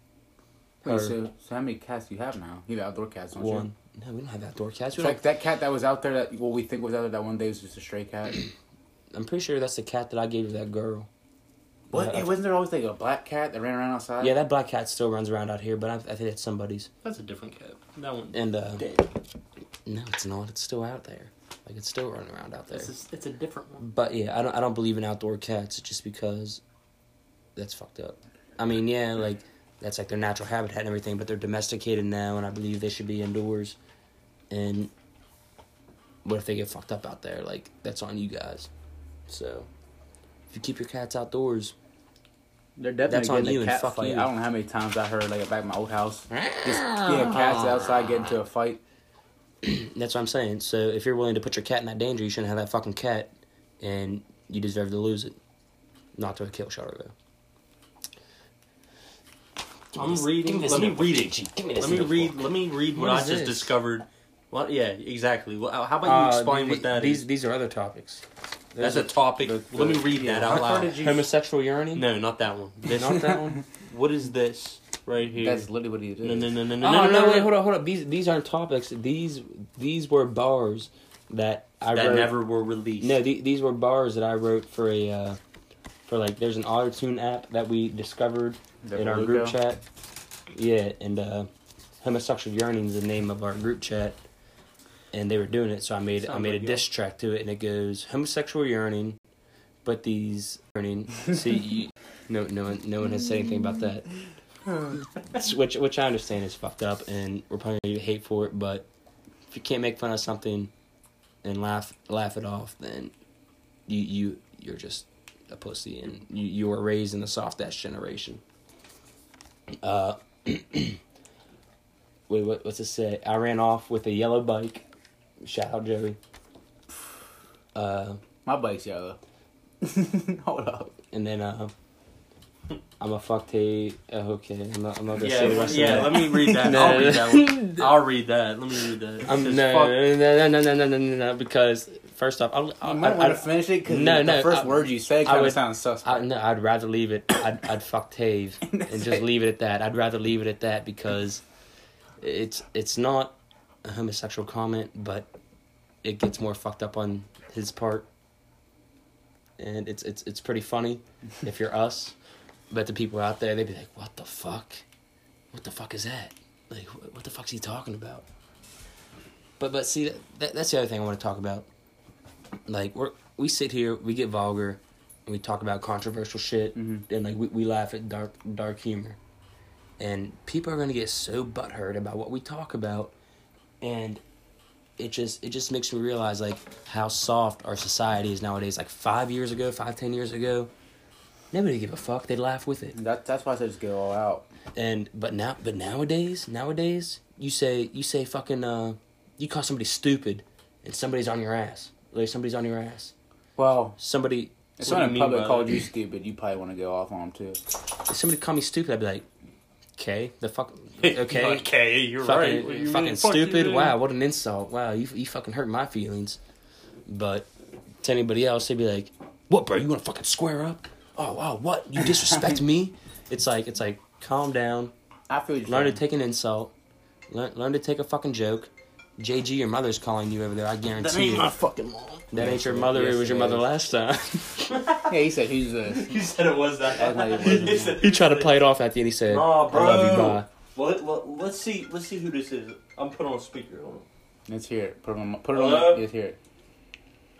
S2: Wait, so, so how many cats do you have now? You have outdoor cats, don't you?
S1: One. No, we don't have outdoor cats.
S2: It's
S1: We
S2: like
S1: don't,
S2: that cat that was out there that what we think was out there that one day was just a stray cat.
S1: I'm pretty sure that's the cat that I gave to that girl.
S2: What?
S1: Yeah,
S2: Hey, wasn't there always like a black cat that ran around outside?
S1: Yeah, that black cat still runs around out here, but I, I think it's somebody's.
S3: That's a different cat. That one.
S1: And uh,
S3: dead.
S1: no, it's not. It's still out there. Like it's still running around out there.
S3: It's a, it's a different one.
S1: But yeah, I don't. I don't believe in outdoor cats just because that's fucked up. I mean, yeah, like that's like their natural habitat and everything, but they're domesticated now, and I believe they should be indoors. And what if they get fucked up out there? Like that's on you guys. So if you keep your cats outdoors,
S2: They're
S1: That's on you and fuck
S2: fight.
S1: you. Ah.
S2: I don't know how many times I heard like back in my old house. Just yeah, cats outside get into a fight.
S1: That's what I'm saying. So if you're willing to put your cat in that danger, you shouldn't have that fucking cat, and you deserve to lose it. Not to a kill shelter though.
S3: I'm reading. Let me read it. Let me read. Let me read what,
S1: What
S3: I
S1: is
S3: just
S1: this?
S3: discovered. What? Yeah, exactly. Well, how about you explain what that is?
S1: Uh, these, These are other topics.
S3: That's a topic. Let me read that out
S2: How far did
S3: loud.
S2: you-
S1: homosexual urinating.
S3: No, not that one. This,
S1: not that one.
S3: What is this right here?
S2: That's literally what he did.
S3: no, no, no, no, no,
S1: Oh
S3: no,
S1: no, wait, hold up, hold up. These these aren't topics. These these were bars that I
S3: That
S1: wrote.
S3: never were released.
S1: No, the, these were bars that I wrote for a uh, for like. There's an auto tune app that we discovered
S2: The
S1: in our group
S2: Beluga?
S1: chat. Yeah, and uh, homosexual yearning is the name of our group chat, and they were doing it. So I made I
S3: Sounds
S1: made
S3: like
S1: a
S3: you.
S1: diss track to it, and it goes homosexual yearning, but these yearning. See, you, no, no one, no one has said anything about that. It's- which which I understand is fucked up, and we're probably gonna get hate for it. But if you can't make fun of something and laugh laugh it off, then you you you're just a pussy, and you you were raised in the soft ass generation. Uh, wait, what, what's it say? I ran off with a yellow bike. Shout out Joey. Uh,
S2: My bike's yellow. Hold up.
S1: and then uh, I'm a fuck t- oh, okay. I'm not, I'm not gonna
S3: Yeah,
S1: say the rest
S3: yeah.
S1: of that.
S3: Let me read that.
S1: No.
S3: I'll read that one. I'll read that. Let me read that. It
S1: Um, no,
S3: says, fuck-
S1: no, no, no, no, no, no, no, no, because first off, I'll,
S2: You
S1: I'll,
S2: might
S1: I'd,
S2: want to
S1: I'd,
S2: finish it because
S1: Uh, No,
S2: the
S1: no,
S2: first
S1: I-
S2: word you say
S1: I
S2: kind of
S1: would-
S2: sounds suspect.
S1: I, no, I'd rather leave it. I'd, I'd fuck Tave and just leave it at that. I'd rather leave it at that because it's it's not a homosexual comment, but it gets more fucked up on his part, and it's it's it's pretty funny if you're us, but the people out there they'd be like, "What the fuck? What the fuck is that? Like, wh- what the fuck's he talking about?" But but see, that, that's the other thing I want to talk about. Like we are we sit here, we get vulgar, and we talk about controversial shit, and like we, we laugh at dark dark humor, and people are gonna get so butthurt about what we talk about, and it just it just makes me realize like how soft our society is nowadays. Like five years ago, five ten years ago, Nobody give a fuck. They laugh with it.
S2: That, that's why I said just go all out.
S1: And but now but nowadays nowadays you say you say fucking uh you call somebody stupid and somebody's on your ass. Like somebody's on your ass.
S2: Well,
S1: Somebody
S2: if
S3: What do you
S2: someone in
S3: mean
S2: public
S3: by
S2: called
S3: that?
S2: you stupid, you probably want to go off on them too.
S1: if somebody call me stupid, I'd be like, Okay, the fuck okay.
S3: okay, you're right.
S1: fucking
S3: What do you mean?
S1: fucking
S3: Fuck you,
S1: stupid.
S3: dude.
S1: wow, what an insult. Wow, you you fucking hurt my feelings. But to anybody else, they'd be like, "What, bro? You want to fucking square up? Oh, wow, what? You disrespect me?" It's like it's like calm down,
S2: I feel you.
S1: learn to
S2: Sean.
S1: take an insult, learn learn to take a fucking joke. JG, your mother's calling you over there. I guarantee
S2: ain't
S1: you.
S2: my
S1: fucking mom. That ain't your mother.
S2: Yes,
S1: it was your
S2: it
S1: mother
S2: is.
S1: last time.
S2: Yeah, he said, who's this?
S3: You said it was
S2: That's
S3: that.
S2: not even worth it.
S3: You said-
S1: he tried to play it off at the end. He said,
S3: Nah,
S1: "I love you,
S3: bro.
S1: bye."
S3: Well, let, let, let's see. Let's see who this is. I'm putting on speaker. Hold on.
S2: Let's hear it. Put it on. Put it
S3: Hello?
S2: on. Let's hear it.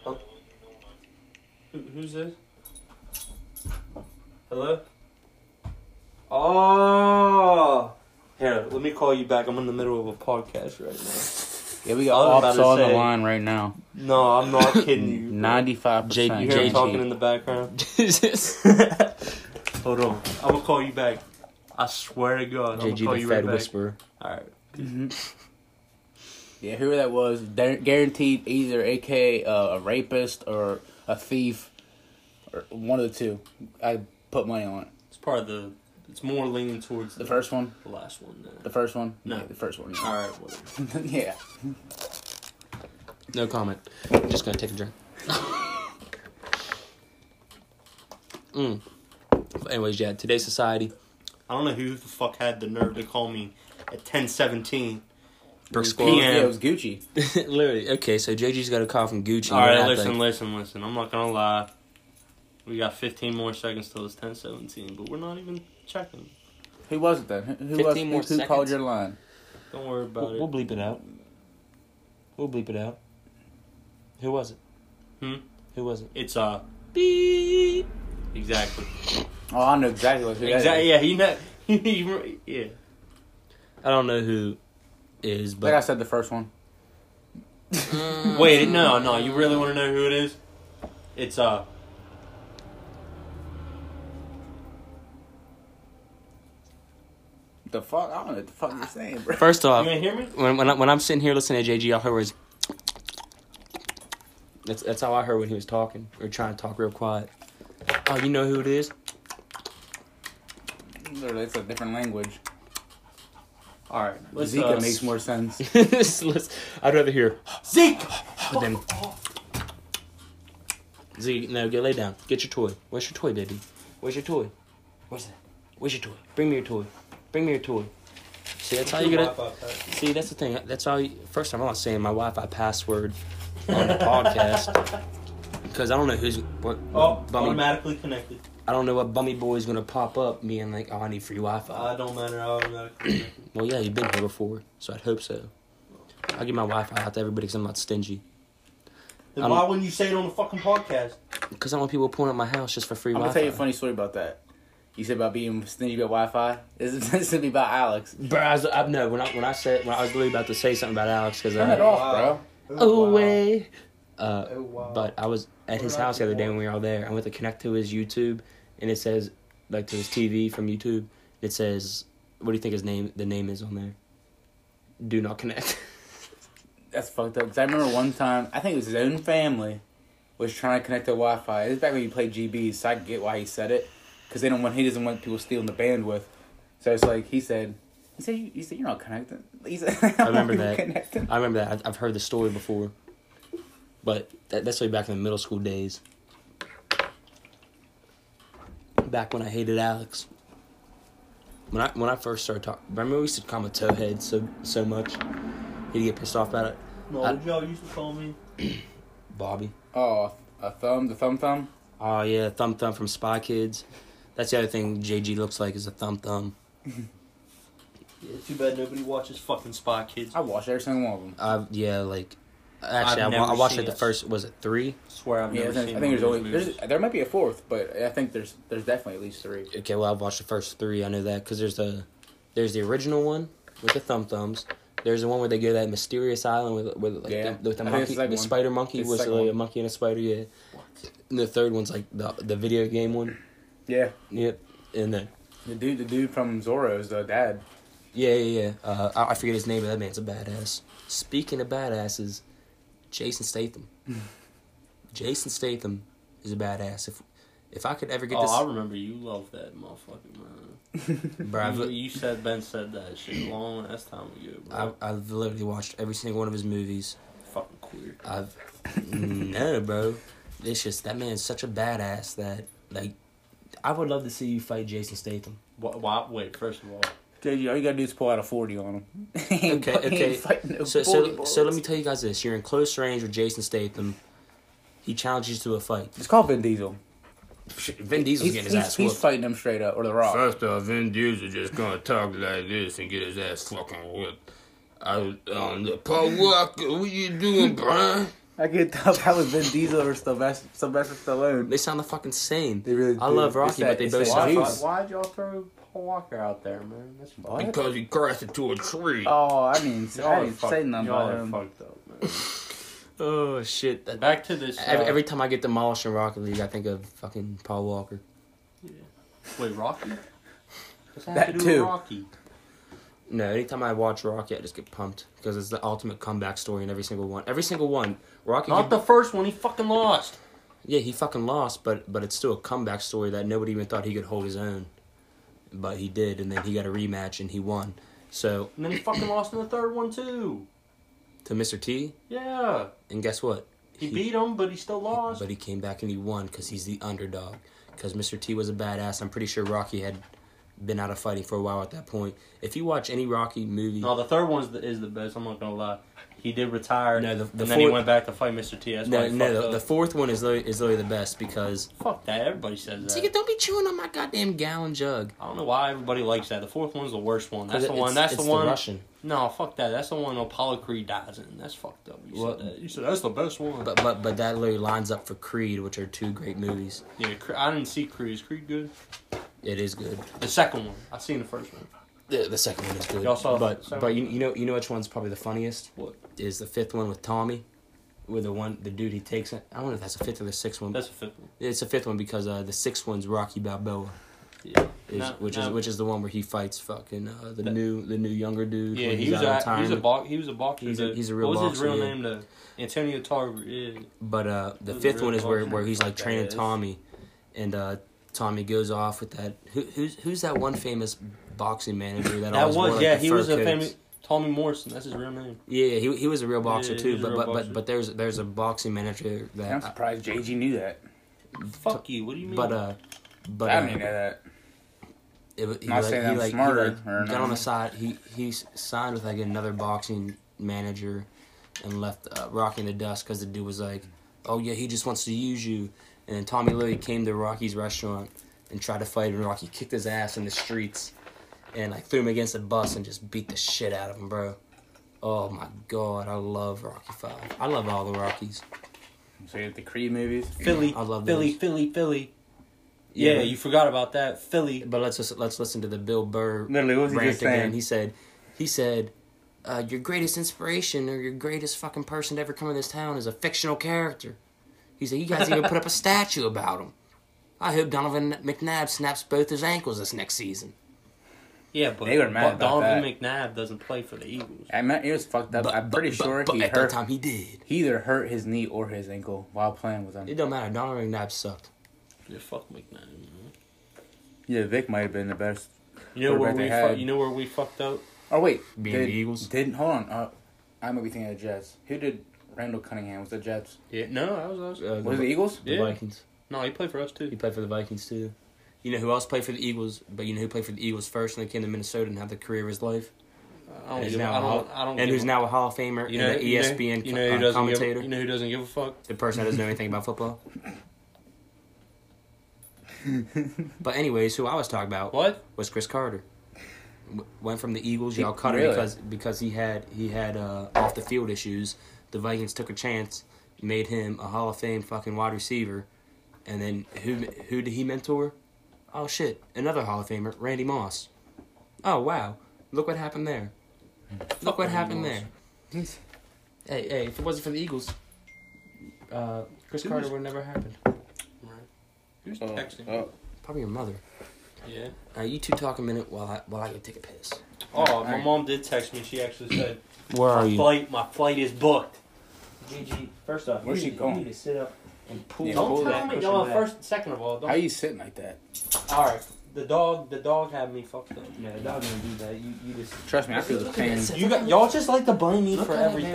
S3: Who, who's this? Hello? Oh! Here, let me call you back. I'm in the middle of a podcast right
S2: Yeah, we
S3: I
S2: got
S3: was about
S2: ops
S3: to
S2: on the
S3: say-
S2: line right now.
S3: now. No, I'm not kidding you. uh,
S2: Ninety-five
S1: Jake,
S2: percent.
S3: You hear him
S1: JG.
S3: talking in the background?
S1: Jesus.
S3: Hold on. I'm gonna call you back. I swear to God, I'm gonna call
S1: JG, the
S3: you
S1: Fed
S3: right back.
S1: whisperer.
S3: Alright.
S2: Yeah, whoever that was, they're guaranteed either AK uh, a rapist or a thief, or one of the two. I put money on it.
S3: It's part of the. It's more leaning towards
S2: The first one,
S3: The last one
S2: the
S3: there.
S2: first one,
S3: No.
S2: Yeah, the first one.
S3: Alright, whatever.
S2: yeah,
S1: No comment. Just gonna take a drink. mm. But anyways, yeah, today's society,
S3: I don't know who the fuck had the nerve to call me at 10:17.
S1: Brick
S2: yeah,
S1: Squad.
S3: PM.
S2: it was Gucci.
S1: Literally, okay, so JG's got a call from Gucci.
S3: All right,
S1: What I
S3: listen,
S1: think-
S3: listen, listen. I'm not gonna lie. We got 15 more seconds till it's 10:17, but we're not even checking.
S2: Who was it then? Who, who
S1: 15
S2: was who,
S1: more
S2: who called
S1: seconds.
S2: your line?
S3: Don't worry about
S1: We'll, we'll
S3: it.
S1: bleep it out. We'll bleep it out. Who was it?
S3: Hmm?
S1: Who was it?
S3: It's uh
S1: Beep.
S3: exactly,
S2: Oh, I know exactly what. Who that
S3: exactly.
S2: is.
S3: Yeah, he know. he re- yeah.
S1: I don't know who is,
S2: Like I
S1: but
S2: said, the first one.
S3: Wait, no, no. You really want to know who it is? It's uh.
S2: The fuck? I don't know what the fuck you're saying, bro.
S1: first
S3: You
S1: off,
S3: gonna hear me?
S1: when when, I, when I'm sitting here listening to JG, all I heard was that's that's how I heard when he was talking or trying to talk real quiet. Oh, you know who it is?
S2: Literally, it's a different language.
S3: All right. Let's,
S2: Zika
S3: uh,
S2: makes more sense.
S1: Let's- let's- I'd rather hear
S3: Zeke.
S1: than Z. No, get lay down. Get your toy. Where's your toy, baby? Where's your toy? Where's that? Where's your toy? Bring me your toy. Bring me your toy. See, that's how you get it. See, that's the thing. That's how. You, first time I'm not saying my Wi-Fi password on the podcast because I don't know who's what.
S3: Oh,
S1: bummy-
S3: automatically connected.
S1: I don't know what bummy boy is gonna pop up being like, "Oh, I need free Wi-Fi."
S3: Uh, don't matter. Automatically connected.
S1: well, yeah, you've been here before, so I'd hope so. I give my Wi-Fi out to everybody because I'm not stingy.
S3: Then
S1: I'm-
S3: why wouldn't you say it on the fucking podcast?
S1: Because I want people pulling up my house just for free
S2: I'm
S1: Wi-Fi.
S2: gonna tell you a funny story about that. You said about being stingy about Wi-Fi. This is this to be about Alex.
S1: Bro, I, was, I no, when I when I said when I was literally about to say something about Alex because
S2: Turn
S1: I
S2: it off,
S3: Wow.
S1: oh way, uh,
S3: Oh, wow.
S1: but I was at his
S3: What about
S1: house the other
S3: the
S1: day
S3: wall?
S1: when we were all there. I went to connect to his YouTube, and it says like to his TV from YouTube. It says, "What do you think his name? The name is on there." Do not connect.
S2: bro. That's fucked up. Cause I remember one time, I think it was his own family was trying to connect to Wi-Fi. This is back when you played GB, so I get why he said it. Cause they don't want he doesn't want people stealing the bandwidth. So it's like he said, he said, you, he said you're not connected. He said,
S1: I remember that.
S2: Connected.
S1: I remember that. I've, I've heard the story before, but that, that's way back in the middle school days. Back when I hated Alex. When I when I first started talking, remember we used to call him a towhead so so much. He'd get pissed off about it.
S3: No,
S1: I-
S3: what y'all used to call me.
S1: Bobby.
S2: Oh, a thumb, the thumb thumb.
S1: Oh yeah, thumb thumb from Spy Kids. That's the other thing JG looks like is a thumb thumb.
S3: Yeah, too bad nobody watches fucking Spy Kids.
S2: I watched every single one of them.
S1: Uh, yeah, like actually, I,
S3: I've
S1: wa- I
S3: never
S1: watched
S3: seen
S1: it the
S3: it.
S1: first. Was it three?
S3: swear I've
S2: Yeah, I
S3: never
S2: think,
S3: seen
S2: I think there's
S3: one of
S2: only
S3: these
S2: there's,
S3: movies.
S2: there might be a fourth, but I think there's there's definitely at least three.
S1: Okay, well I've watched the first three. I know that because there's the there's the original one with the thumb thumbs. There's the one where they go to that mysterious island with with like
S2: Yeah.
S1: the, with the
S2: I think it's
S1: monkey, the,
S2: the second one.
S1: spider monkey
S2: It's the
S1: was
S2: second
S1: like
S2: one.
S1: a monkey and a spider. Yeah. And the third one's like the the video game one.
S2: Yeah.
S1: Yep. And then
S2: The dude, the dude from Zorro's the dad.
S1: yeah, yeah, yeah. Uh, I, I forget his name, but that man's a badass. Speaking of badasses, Jason Statham. Jason Statham is a badass. If if I could ever get
S3: oh, I
S1: this,
S3: remember you loved that motherfucker, man.
S1: bro, I've,
S3: you, you said Ben said that shit long ass time ago, bro.
S1: I've, I've literally watched every single one of his movies.
S3: fucking queer.
S1: I've no, bro. It's just that man's such a badass that like I would love to see you fight Jason Statham.
S3: Why, why, wait, first of all,
S2: JG, all you gotta do is pull out a forty on him. okay,
S1: Okay, okay. So so, so let me tell you guys this: you're in close range with Jason Statham. He challenges to a fight.
S2: It's called Vin Diesel.
S1: Vin Diesel's
S2: He's,
S1: getting his
S2: he's-
S1: ass
S2: he's
S1: whooped.
S2: fighting him straight up, or The Rock.
S4: First off, Vin Diesel just gonna talk like this and get his ass fucking whipped. I was on the Paul Walker. What you doing, Brian?
S2: I could tell that was Vin Diesel or Sylvester, Sylvester Stallone.
S1: They sound the fucking same.
S2: They really
S1: I
S2: do.
S1: love
S2: It's
S1: Rocky,
S2: that-
S1: but they
S2: it's
S1: both
S2: that
S1: sound.
S2: juice.
S1: fucking-
S3: why'd y'all throw Paul Walker out there, man? That's
S2: What?
S4: Because he crashed into a tree.
S2: Oh, I mean, I didn't say nothing
S3: y'all
S2: about
S3: are
S2: him.
S3: fucked up, man.
S1: Oh shit! That,
S3: Back to this.
S1: every,
S3: uh,
S1: every time I get demolished in Rocket League, I think of fucking Paul Walker.
S3: Wait, Rocky? What's that,
S2: That
S3: have to do
S2: too.
S3: with Rocky?
S1: No, anytime I watch Rocky, I just get pumped because it's the ultimate comeback story in every single one. Every single one, Rocky.
S3: Not
S1: could-
S3: the first one, he fucking lost.
S1: yeah, he fucking lost, but but it's still a comeback story that nobody even thought he could hold his own, but he did, and then he got a rematch and he won. So
S3: And then he fucking lost in the third one, too.
S1: to Mr. T,
S3: Yeah.
S1: and guess what?
S3: He, beat him, but he still lost.
S1: But he came back and he won because he's the underdog. Because Mr. T was a badass. I'm pretty sure Rocky had been out of fighting for a while at that point. If you watch any Rocky movie,
S3: no, the third one the, is the best, I'm not gonna lie. He did retire,
S1: No, the-
S3: and
S1: the
S3: then he
S1: fourth-
S3: went back to fight Mr. T. That's why
S1: no,
S3: he
S1: no,
S3: fucked
S1: the, the
S3: up.
S1: fourth one is literally, is literally the best because
S3: Fuck that, everybody says that.
S1: Tika, don't be chewing on my goddamn gallon jug.
S3: I don't know why everybody likes that. The fourth one's the worst one.
S1: 'Cause
S3: That's the
S1: it's-
S3: one. That's
S1: it's
S3: the one.
S1: Russian.
S3: No, fuck that. That's the one Apollo Creed dies in. That's fucked up. You
S1: What?
S3: said that. You said that's the best one.
S1: But but but that literally lines up for Creed, which are two great movies.
S3: yeah, Cre- I didn't see Creed. Is Creed good?
S1: It is good.
S3: The second one. I seen the first one.
S1: The, the second one is good.
S3: Y'all saw the
S1: but
S3: second
S1: but you, you know you know which one's probably the funniest
S3: What?
S1: is the fifth one with Tommy, where the one the dude he takes it. I don't know if that's the fifth or the sixth one.
S3: That's the fifth one.
S1: It's the fifth one because uh, the sixth one's Rocky Balboa,
S3: Yeah.
S1: is,
S3: No,
S1: which is
S3: no.
S1: which is the one where he fights fucking uh, the
S3: That-
S1: new the new younger dude.
S3: Yeah,
S1: when
S3: he was
S1: of
S3: a he was a
S1: retirement.
S3: bo- he was a boxer.
S1: He's a-
S3: though.
S1: he's a real
S3: What was his
S1: boxer,
S3: real
S1: yeah.
S3: name though? Antonio Tarver. Yeah.
S1: But uh, the
S3: Those
S1: fifth
S3: are
S1: one is where,
S3: awesome.
S1: where he's like
S2: That
S1: training
S2: is.
S1: Tommy, and uh, Tommy goes off with that. Who, who's who's that one famous boxing manager that,
S3: That
S1: always
S3: was
S1: wore, like,
S3: yeah.
S1: the
S3: He
S1: fur
S3: was a
S1: coats?
S3: famous Tommy Morrison. That's his real name.
S1: Yeah, yeah, he he was a real boxer
S3: Yeah, he
S1: too.
S3: was a
S1: But
S3: real
S1: but,
S3: boxer.
S1: but but there's there's a boxing manager
S2: I'm
S1: that.
S2: surprised JG knew that.
S3: Fuck you. What do you mean?
S1: but uh, but
S2: I
S1: uh,
S2: didn't know that.
S1: it, wa- he,
S2: Not
S1: like,
S2: saying
S1: he,
S2: I'm
S1: like,
S2: smarter
S1: he, like, got
S2: or
S1: on
S2: nothing.
S1: the side. He he s- signed with like another boxing manager, and left uh, Rocky in the dust because the dude was like, "Oh yeah, he just wants to use you." And then Tommy Lee came to Rocky's restaurant and tried to fight, and Rocky kicked his ass in the streets, and like threw him against a bus and just beat the shit out of him, bro. Oh my god, I love Rocky Five. I love all the Rockies.
S2: So you have the Creed movies.
S3: Philly,
S1: I love
S3: Philly,
S1: those.
S3: Philly, Philly. Yeah, you forgot about that Philly.
S1: But let's just, let's listen to the Bill Burr
S2: Literally, what was he
S1: rant
S2: just
S1: again.
S2: saying?
S1: He said, he said, uh, your greatest inspiration or your greatest fucking person to ever come to this town is a fictional character. He said, you guys even put up a statue about him. I hope Donovan McNabb snaps both his ankles this next season.
S3: Yeah, but,
S2: They were mad
S3: but
S2: about
S3: Donovan McNabb doesn't play for the Eagles.
S2: I mean, it was fucked up.
S1: But-
S2: I'm
S1: but-
S2: pretty
S1: but-
S2: sure
S1: but
S2: he
S1: at
S2: hurt.
S1: that time he did.
S2: He either hurt his knee or his ankle while playing with
S1: It
S2: him.
S1: don't matter. Donovan McNabb sucked.
S3: Yeah, fuck McNabb. Man.
S2: Yeah, Vic might have been the best.
S3: You know where
S2: Quarterback they
S3: we
S2: had.
S3: fu- you know where we fucked up.
S2: Oh wait,
S1: Being the Eagles?
S2: didn't hold on. Uh, I might be thinking of the Jets. Who did Randall Cunningham? Was the Jets?
S3: Yeah, no, I was, I was
S1: Uh,
S2: Was it the Eagles?
S1: the
S3: Yeah.
S1: Vikings.
S3: no, he played for us
S1: He
S3: too.
S1: played for the Vikings too. You know who else played for the Eagles? But you know who played for the Eagles first when they came to Minnesota and had the career of his life?
S3: I don't,
S1: Who's
S3: give,
S1: now
S3: I
S1: a Hall-
S3: don't, I don't
S1: and
S3: give
S1: who's
S3: a-
S1: now a Hall of Famer
S3: you know,
S1: and the
S3: you know-
S1: ESPN
S3: you know, who
S1: uh,
S3: doesn't give-
S1: commentator,
S3: you know who doesn't give a fuck.
S1: the person that doesn't know anything about football. but anyways, who I was talking about
S3: What?
S1: was Chris Carter. W- Went from the Eagles,
S2: He-
S1: y'all cut him
S2: really?
S1: because because he had he had uh, off the field issues. The Vikings took a chance, made him a Hall of Fame fucking wide receiver, and then who who did he mentor? Oh shit, another Hall of Famer, Randy Moss. Oh wow, look what happened there. Look what
S3: Randy
S1: happened
S3: Moss.
S1: there. Hey, hey, if it wasn't for the Eagles, uh, Chris
S3: Who
S1: Carter
S3: was-
S1: would have never happened.
S3: Who's
S2: Oh,
S3: texting?
S2: oh.
S1: Probably your mother.
S3: Yeah.
S1: Now Uh, you two talk a minute while I while I go take a piss.
S3: Oh, my
S2: Alright.
S3: mom did text me. She actually said,
S1: Where
S3: my flight, my flight is booked. Gigi, first off,
S2: Where's
S3: you
S2: she
S3: need, to-
S2: going?
S3: You need to sit up and pull.
S2: Yeah,
S3: don't
S2: pull
S3: tell
S2: that
S3: me.
S2: cushion
S3: No,
S2: back.
S3: first, second of all, don't.
S2: How you sitting like that?
S3: all right, the dog, the dog had me fucked up.
S1: Yeah, dog gonna do that. You you just
S2: Trust me, I feel the pain.
S3: You got, y'all just like to blame me for everything.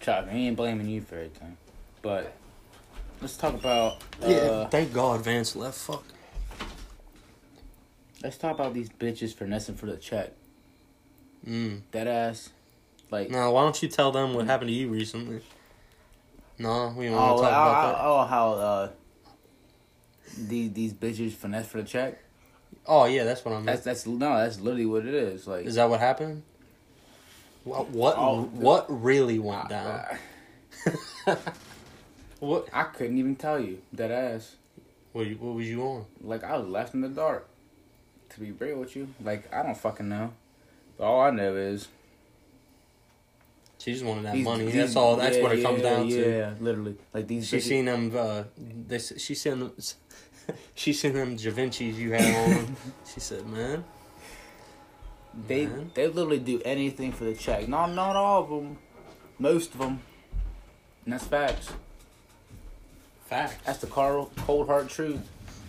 S2: Trust me, I ain't blaming you for everything. But let's talk about uh,
S1: yeah, thank God Vance left. Fuck.
S2: let's talk about these bitches finessing for the check.
S1: Mm.
S2: That ass, like
S1: Now why don't you tell them what happened to you recently? No, we don't want
S2: oh,
S1: to talk about that.
S2: oh, oh, how uh, these these bitches finesse for the check.
S1: Oh yeah, that's what I meant.
S2: That's that's no, that's literally what it is. Like
S1: Is that what happened? What what
S2: Oh,
S1: what really went down?
S2: I,
S1: What
S2: I couldn't even tell you that ass.
S1: what, you- what was you on?
S2: Like I was left in the dark. To be real with you, like I don't fucking know. But all I know is
S1: She just wanted that
S2: these-
S1: money.
S2: these-
S1: that's all. That's
S2: yeah,
S1: what it comes
S2: yeah,
S1: down to.
S2: Yeah, literally. Like these.
S1: She
S2: bitches-
S1: seen them. Uh, they, s- she seen them. She seen them Javincis you had on. she said, "Man,
S2: They
S1: Man.
S2: they literally do anything for the check. Not not all of them, most of them. And that's facts.
S1: fact.
S2: That's the cold cold hard truth.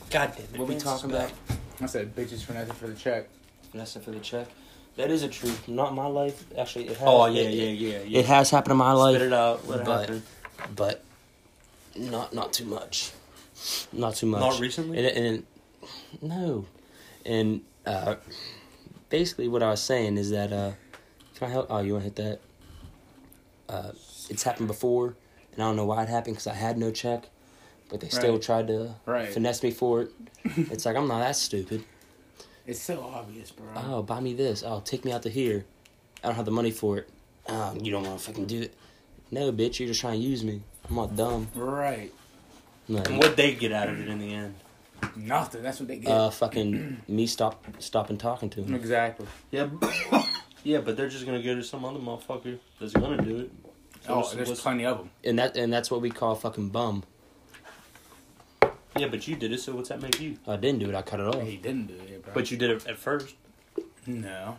S1: God damn it. What we
S2: Vince
S1: talking
S2: is
S1: about?
S2: I said bitches finessing for the check.
S1: Vanessa for the check. That is a truth. Not my life. Actually, it has.
S3: Oh yeah, yeah, yeah, yeah.
S1: It has happened in my life.
S3: Spit it out. What
S1: but-
S3: happened?
S1: but not not too much, not too much.
S3: Not recently?
S1: And, and no, and uh, basically what I was saying is that uh, can I help? Oh, you want to hit that? Uh, it's happened before, and I don't know why it happened because I had no check, but they still
S2: Right.
S1: tried to
S2: Right.
S1: finesse me for it. it's like I'm not that stupid.
S2: It's so obvious, bro.
S1: Oh, buy me this. Oh, take me out to here. I don't have the money for it. Oh, you don't want to fucking do it. No, bitch, you're just trying to use me. I'm not dumb.
S2: Right.
S1: Like,
S3: And what they get out of it in the end?
S2: Nothing. That's what they get.
S1: uh, fucking me stop stopping talking to him.
S2: exactly.
S3: Yeah, yeah, but they're just gonna go to some other motherfucker that's gonna do it. So
S2: Oh,
S3: what's-
S2: there's
S3: what's-
S2: plenty of them.
S1: And that and that's what we call fucking bum.
S3: yeah, but you did it. So what's that make you?
S1: I didn't do it. I cut
S3: Oh.
S1: it off.
S2: He didn't do it, bro.
S3: But you did it at first.
S2: no.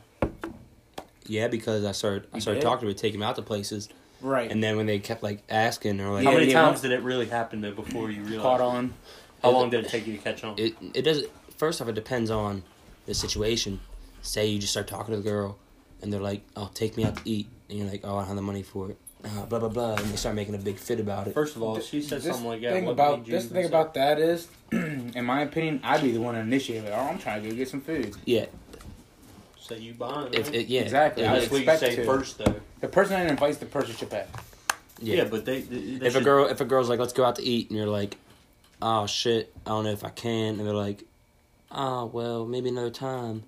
S1: Yeah, because I started I
S2: You
S1: started
S2: did?
S1: talking to him, take him out to places,
S2: Right.
S1: and then when they kept like asking or like
S3: How
S2: Yeah,
S3: many
S2: yeah,
S3: times did it really happen though before you realized?
S2: caught on.
S3: How long did it take you to catch on?
S1: it it doesn't. First off, it depends on the situation. Say you just start talking to the girl, and they're like, "Oh, take me out to eat," and you're like, "Oh, I don't have the money for it." Uh, blah blah blah, and they start making a big fit about it.
S3: First of all, she said
S2: This
S3: something like that.
S2: Thing
S3: what
S2: about
S3: made you
S2: this
S3: even
S2: thing
S3: say-
S2: about that is, in my opinion, I'd be the one to initiate it. Oh, I'm trying to go get some food.
S1: yeah,
S3: So you buying?
S1: if
S3: right?
S1: it, yeah,
S2: Exactly.
S1: if-
S2: I
S3: that's
S2: would
S3: what you
S2: expect
S3: say
S2: to.
S3: first though.
S2: The person that invites the person should pay.
S3: Yeah,
S1: yeah.
S3: but they. they, they
S1: if a
S3: should-
S1: girl if a girl's like let's go out to eat and you're like oh shit i don't know if i can and they're like oh well maybe another time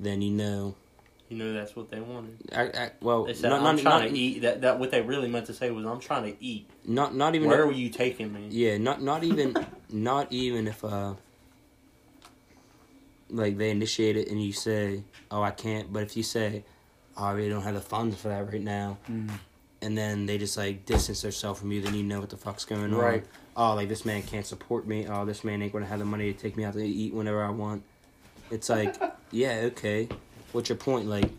S1: then you know
S3: you know, that's what they wanted.
S1: I, I, well
S3: They said,
S1: not,
S3: "I'm
S1: not,
S3: trying
S1: not,
S3: to eat." That that what they really meant to say was, "I'm trying to eat."
S1: not not even
S3: Where were you taking me?
S1: yeah not not even not even if uh like they initiate it and you say oh i can't but if you say oh, i really don't have the funds for that right now
S3: Mm-hmm.
S1: and then they just like distance themselves from you, then you know what the fuck's going on.
S2: Right.
S1: Oh, like this man can't support me. Oh, this man ain't gonna have the money to take me out to eat whenever I want. It's like, yeah, okay. What's your point? Like,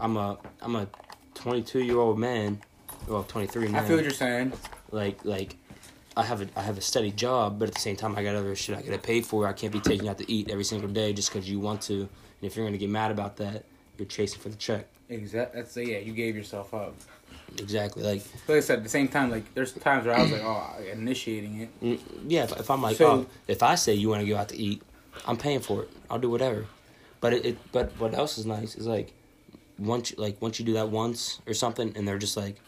S1: I'm a I'm a 22 year old man, well 23 now.
S2: I feel what you're saying.
S1: like like I have a I have a steady job, but at the same time I got other shit I gotta pay for. I can't be taking you out to eat every single day just because you want to. And if you're gonna get mad about that, you're chasing for the check.
S2: Exactly. That's yeah. You gave yourself up.
S1: Exactly. Like,
S2: Like I said, at the same time, like there's times where I was like, oh, I- initiating it.
S1: Mm, Yeah, if, if I'm like,
S2: So-
S1: oh, if I say you want to go out to eat, I'm paying for it. I'll do whatever. But it, it but what else is nice is like once you, like once you do that once or something, and they're just like,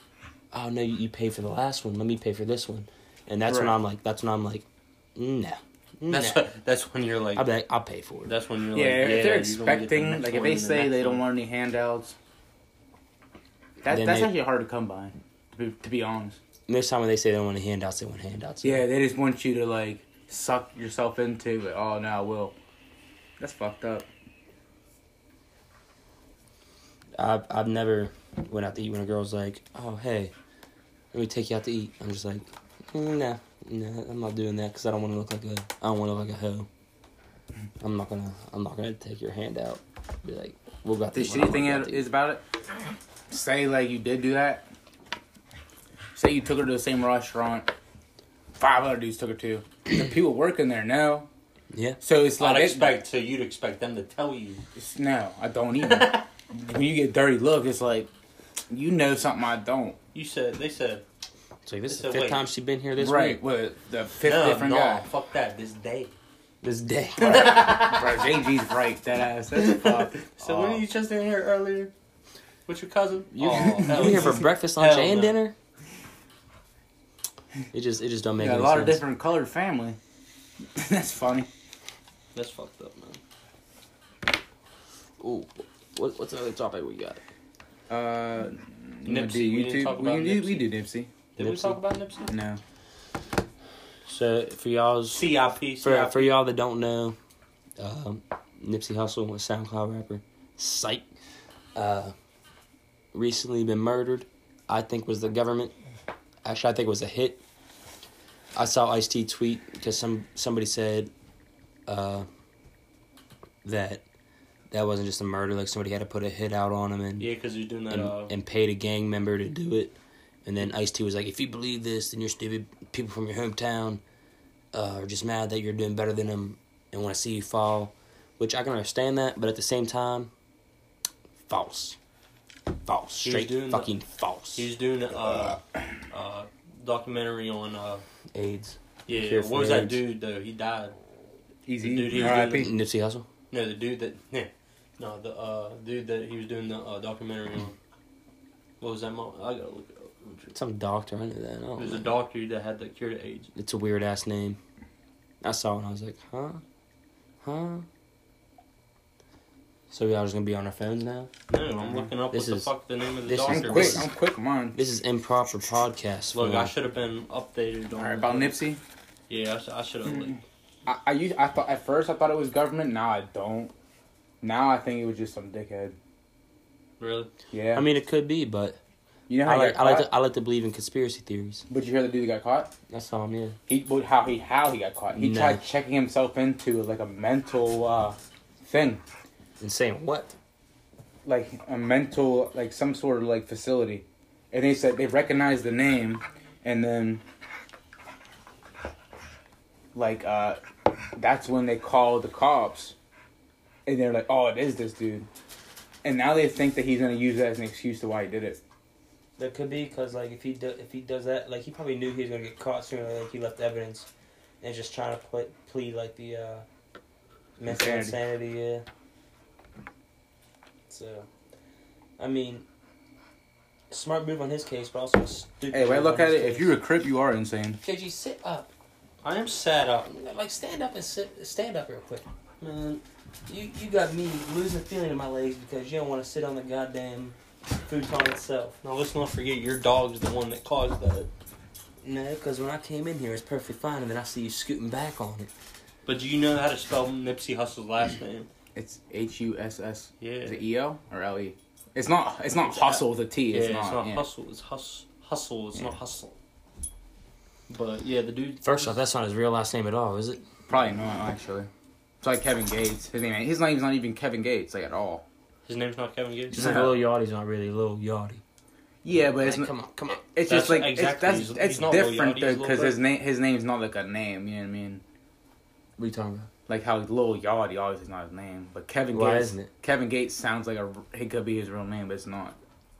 S1: oh no, you, you paid for the last one. Let me pay for this one, and that's when
S2: Right.
S1: I'm like, that's when I'm like, no, no.
S3: That's that's when you're like.
S1: I'll be like, I'll pay for it.
S3: That's when you're
S2: yeah,
S3: like, yeah.
S2: if they're
S3: you don't get the
S2: expecting,
S3: next
S2: like if
S3: one
S2: they
S3: and the
S2: say
S3: next
S2: they don't
S3: one.
S2: want any handouts, that,
S1: Then
S2: that's
S1: they-
S2: actually hard to come by. To be, to be honest.
S1: Most time when they say they want handouts, they want handouts.
S2: Yeah, they just want you to like suck yourself into it. Oh no, I will. That's fucked up.
S1: I've I've never went out to eat when a girl's like, oh hey, let me take you out to eat. I'm just like, "Mm, nah, nah, I'm not doing that because I don't want to look like a I don't want to look like a hoe. I'm not gonna. I'm not gonna take your hand out. Be like, we'll got
S2: The
S1: this.
S2: shitty thing
S1: out
S2: is about it. Say like you did do that. Say you took her to the same restaurant. Five other dudes took her to. The people working there know.
S1: yeah.
S2: So it's like
S3: I'd
S2: it's
S3: expect so you'd expect them to tell you.
S2: It's- no, I don't even. when you get dirty look, it's like you know something I don't.
S3: You said they said
S1: It's like this is
S3: So
S1: the fifth
S3: wait.
S1: time she's been here this
S2: right
S1: week.
S2: with the fifth
S3: no,
S2: different
S3: no,
S2: guy.
S3: fuck that. This day.
S1: This day.
S2: Bro, JG's right. That ass. That's fucked.
S3: So when are you just in here earlier? With your cousin?
S1: You,
S3: Oh, hell
S1: you here for
S3: yeah.
S1: breakfast, lunch,
S3: Hell
S1: and
S3: no.
S1: dinner? It just it just don't
S2: You
S1: make
S2: got a
S1: any
S2: lot
S1: sense.
S2: of different colored family. That's funny.
S3: That's fucked up, man.
S1: Ooh, what, what's another topic we got?
S2: Uh, you wanna
S3: Nipsey,
S2: do
S3: we didn't
S2: YouTube?
S3: talk
S2: We, can
S3: about
S2: do, we do Nipsey.
S3: Did we
S1: Nipsey?
S3: talk about Nipsey?
S2: No.
S1: So for y'all's
S3: CIP.
S1: for
S3: CIP.
S1: for y'all that don't know, um, Nipsey Hussle, a SoundCloud rapper, psych, uh, recently been murdered. I think was the government. Actually, I think it was a hit. I saw Ice T tweet because some somebody said uh, that that wasn't just a murder. Like somebody had to put a hit out on him and
S3: Yeah, because you're doing that.
S1: and,
S3: uh,
S1: and paid a gang member to do it. And then Ice T was like, if you believe this, then you're stupid. People from your hometown uh, are just mad that you're doing better than them and want to see you fall, which I can understand that, but at the same time, false. False.
S3: He was
S1: Straight
S3: doing the-
S1: fucking false.
S3: He was doing uh, uh, documentary on uh,
S1: AIDS.
S3: yeah.
S1: Cure for
S3: what was that
S1: AIDS.
S3: dude though? He died.
S2: Easy.
S3: Dude, he was
S2: R.I.P.
S3: doing-
S1: Nipsey Hussle?
S3: No, the dude that yeah, no, the uh, dude that he was doing the uh, documentary on. What was that? Mo- I gotta look it up.
S1: Some doctor, I knew that. I
S3: It
S1: don't
S3: was a
S1: know.
S3: doctor that had the cure to AIDS.
S1: It's a weird ass name. I saw it and I was like, huh? Huh? So y'all just gonna be on our phones now?
S3: No, I'm looking up
S1: This
S3: what
S1: is-
S3: the fuck the name of the
S1: this is
S2: I'm
S3: doctor
S2: quick.
S3: was.
S2: I'm quick. Come on.
S1: This is improper podcast.
S3: Look,
S1: form.
S3: I should have been updated on.
S2: All right, about
S3: the-
S2: Nipsey.
S3: Yeah, I, sh- I should have. Like,
S2: I, I used I thought at first I thought it was government. Now I don't. Now I think it was just some dickhead.
S3: really?
S2: Yeah.
S1: I mean, it could be, but
S2: you know how
S1: I
S2: he
S1: like I
S2: got
S1: like
S2: caught?
S1: to, I like to believe in conspiracy theories.
S2: But you hear the dude that got caught?
S1: That's all I'm in.
S2: He but how he how he got caught? He
S1: No.
S2: tried checking himself into like a mental uh, thing,
S1: And saying what?
S2: like a mental like some sort of like facility, and they said they recognized the name, and then like uh, that's when they called the cops, and they're like, oh, it is this dude, and now they think that he's gonna use that as an excuse to why he did it.
S5: That could be because like if he do, if he does that, like he probably knew he was gonna get caught sooner. Like he left evidence, and just trying to put, plead like the uh, mental
S2: Insanity.
S5: insanity. Yeah. So, I mean, smart move on his case, but also a stupid.
S2: Hey, when I
S5: move
S2: look
S5: on
S2: at
S5: his
S2: it, if
S5: case.
S2: you're a crip, you are insane.
S5: KG, sit up.
S3: I am sad up.
S5: Like stand up and sit. Stand up real quick, man. You you got me losing feeling in my legs because you don't want to sit on the goddamn futon itself.
S3: Now let's not forget your dog's the one that caused that.
S1: No, because when I came in here, it's perfectly fine, and then I see you scooting back on it.
S3: But do you know how to spell Nipsey Hussle's last name?
S2: It's H U S S.
S3: Yeah.
S2: Is it E O or L E? It's not. It's not hustle with a T.
S3: Yeah,
S2: It's not. yeah.
S3: hustle. It's hus- hustle. It's not hustle. But yeah, the dude.
S1: First off, that's not his real last name at all, is it?
S2: Probably not actually. It's like Kevin Gates. His name. His name's not even Kevin Gates like at all.
S3: his name's not Kevin Gates.
S1: Just like
S2: No.
S1: Lil Yachty's not really Lil Yachty.
S2: Yeah, but it's
S1: Like,
S2: not.
S1: come on, come on.
S2: It's
S3: That's
S2: just like
S3: exactly-
S2: it's,
S3: he's-
S2: that's, it's
S3: he's not
S2: different
S3: Lil Yachty, he's
S2: because
S3: Lil
S2: his
S3: Bro.
S2: name his name's not like a name. You know what I mean?
S1: What are you talking about?
S2: Like how Lil Yachty always is not his name, but Kevin
S1: Why
S2: Gates.
S1: isn't it?
S2: Kevin Gates sounds like a it could be his real name, but it's not.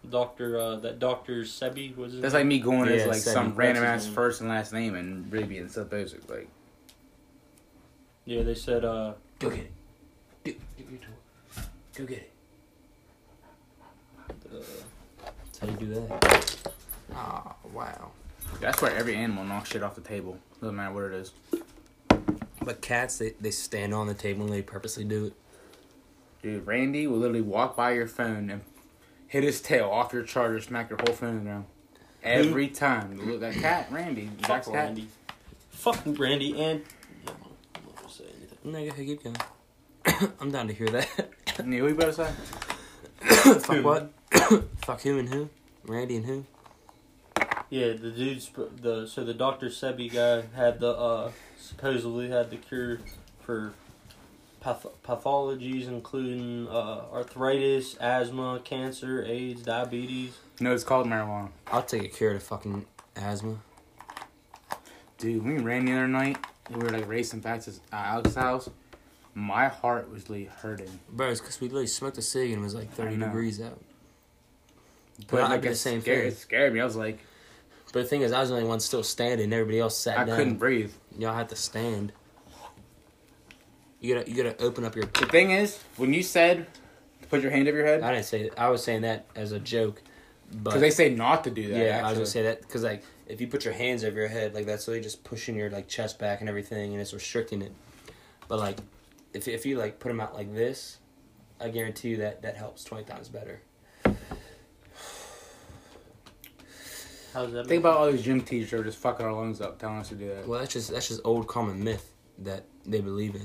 S3: Doctor, uh, that Doctor Sebi was. His
S2: That's like me going
S1: Yeah,
S2: as like
S1: same.
S2: some
S1: That's
S2: random
S3: his
S2: ass
S3: name.
S2: first and last name and really being so basic like.
S3: yeah, they said. Uh,
S5: Go get it. Do, do your tour. Go get it.
S3: uh,
S1: That's how you do that. Ah, wow.
S2: That's where every animal knocks shit off the table. Doesn't matter what it is.
S1: But cats, they, they stand on the table and they purposely do it.
S2: Dude, Randy will literally walk by your phone and hit his tail off your charger, smack your whole phone around. Every time. Look, that cat, Randy. Zach's
S3: fuck
S2: cat.
S3: Randy. Fuck Randy and. Yeah, I'm not gonna say anything.
S1: No, go ahead, keep going. I'm down to hear that.
S2: Yeah, we better say.
S1: Fuck what? Fuck who and who? Randy and who?
S3: Yeah, the dude's the so the Doctor Sebi guy had the uh supposedly had the cure for path- pathologies including uh, arthritis, asthma, cancer, AIDS, diabetes.
S2: No, it's called marijuana.
S1: I'll take a cure to fucking asthma.
S2: Dude, when we ran the other night, we were like racing back to uh, Alex's house. My heart was like hurting.
S1: Bro, it's because we literally smoked a cig and it was like 30
S2: know.
S1: degrees out. But I'd
S2: like,
S1: be the
S2: it
S1: same
S2: scared,
S1: thing.
S2: It scared me. I was like,
S1: But the thing is, I was the only one still standing. Everybody else sat
S2: I
S1: down.
S2: couldn't breathe.
S1: Y'all had to stand. You gotta, you gotta open up your.
S2: The thing is, when you said to put your hand over your head,
S1: I didn't say. I was saying that as a joke, but
S2: because they say not to do that.
S1: yeah, I was
S2: actually.
S1: gonna say that because like if you put your hands over your head, like that's really just pushing your like chest back and everything, and it's restricting it. But like, if if you like put them out like this, I guarantee you that that helps twenty times better.
S3: How does that
S2: Think
S3: make-
S2: about all these gym teachers who are just fucking our lungs up, telling us to do that.
S1: Well, that's just that's just old common myth that they believe in.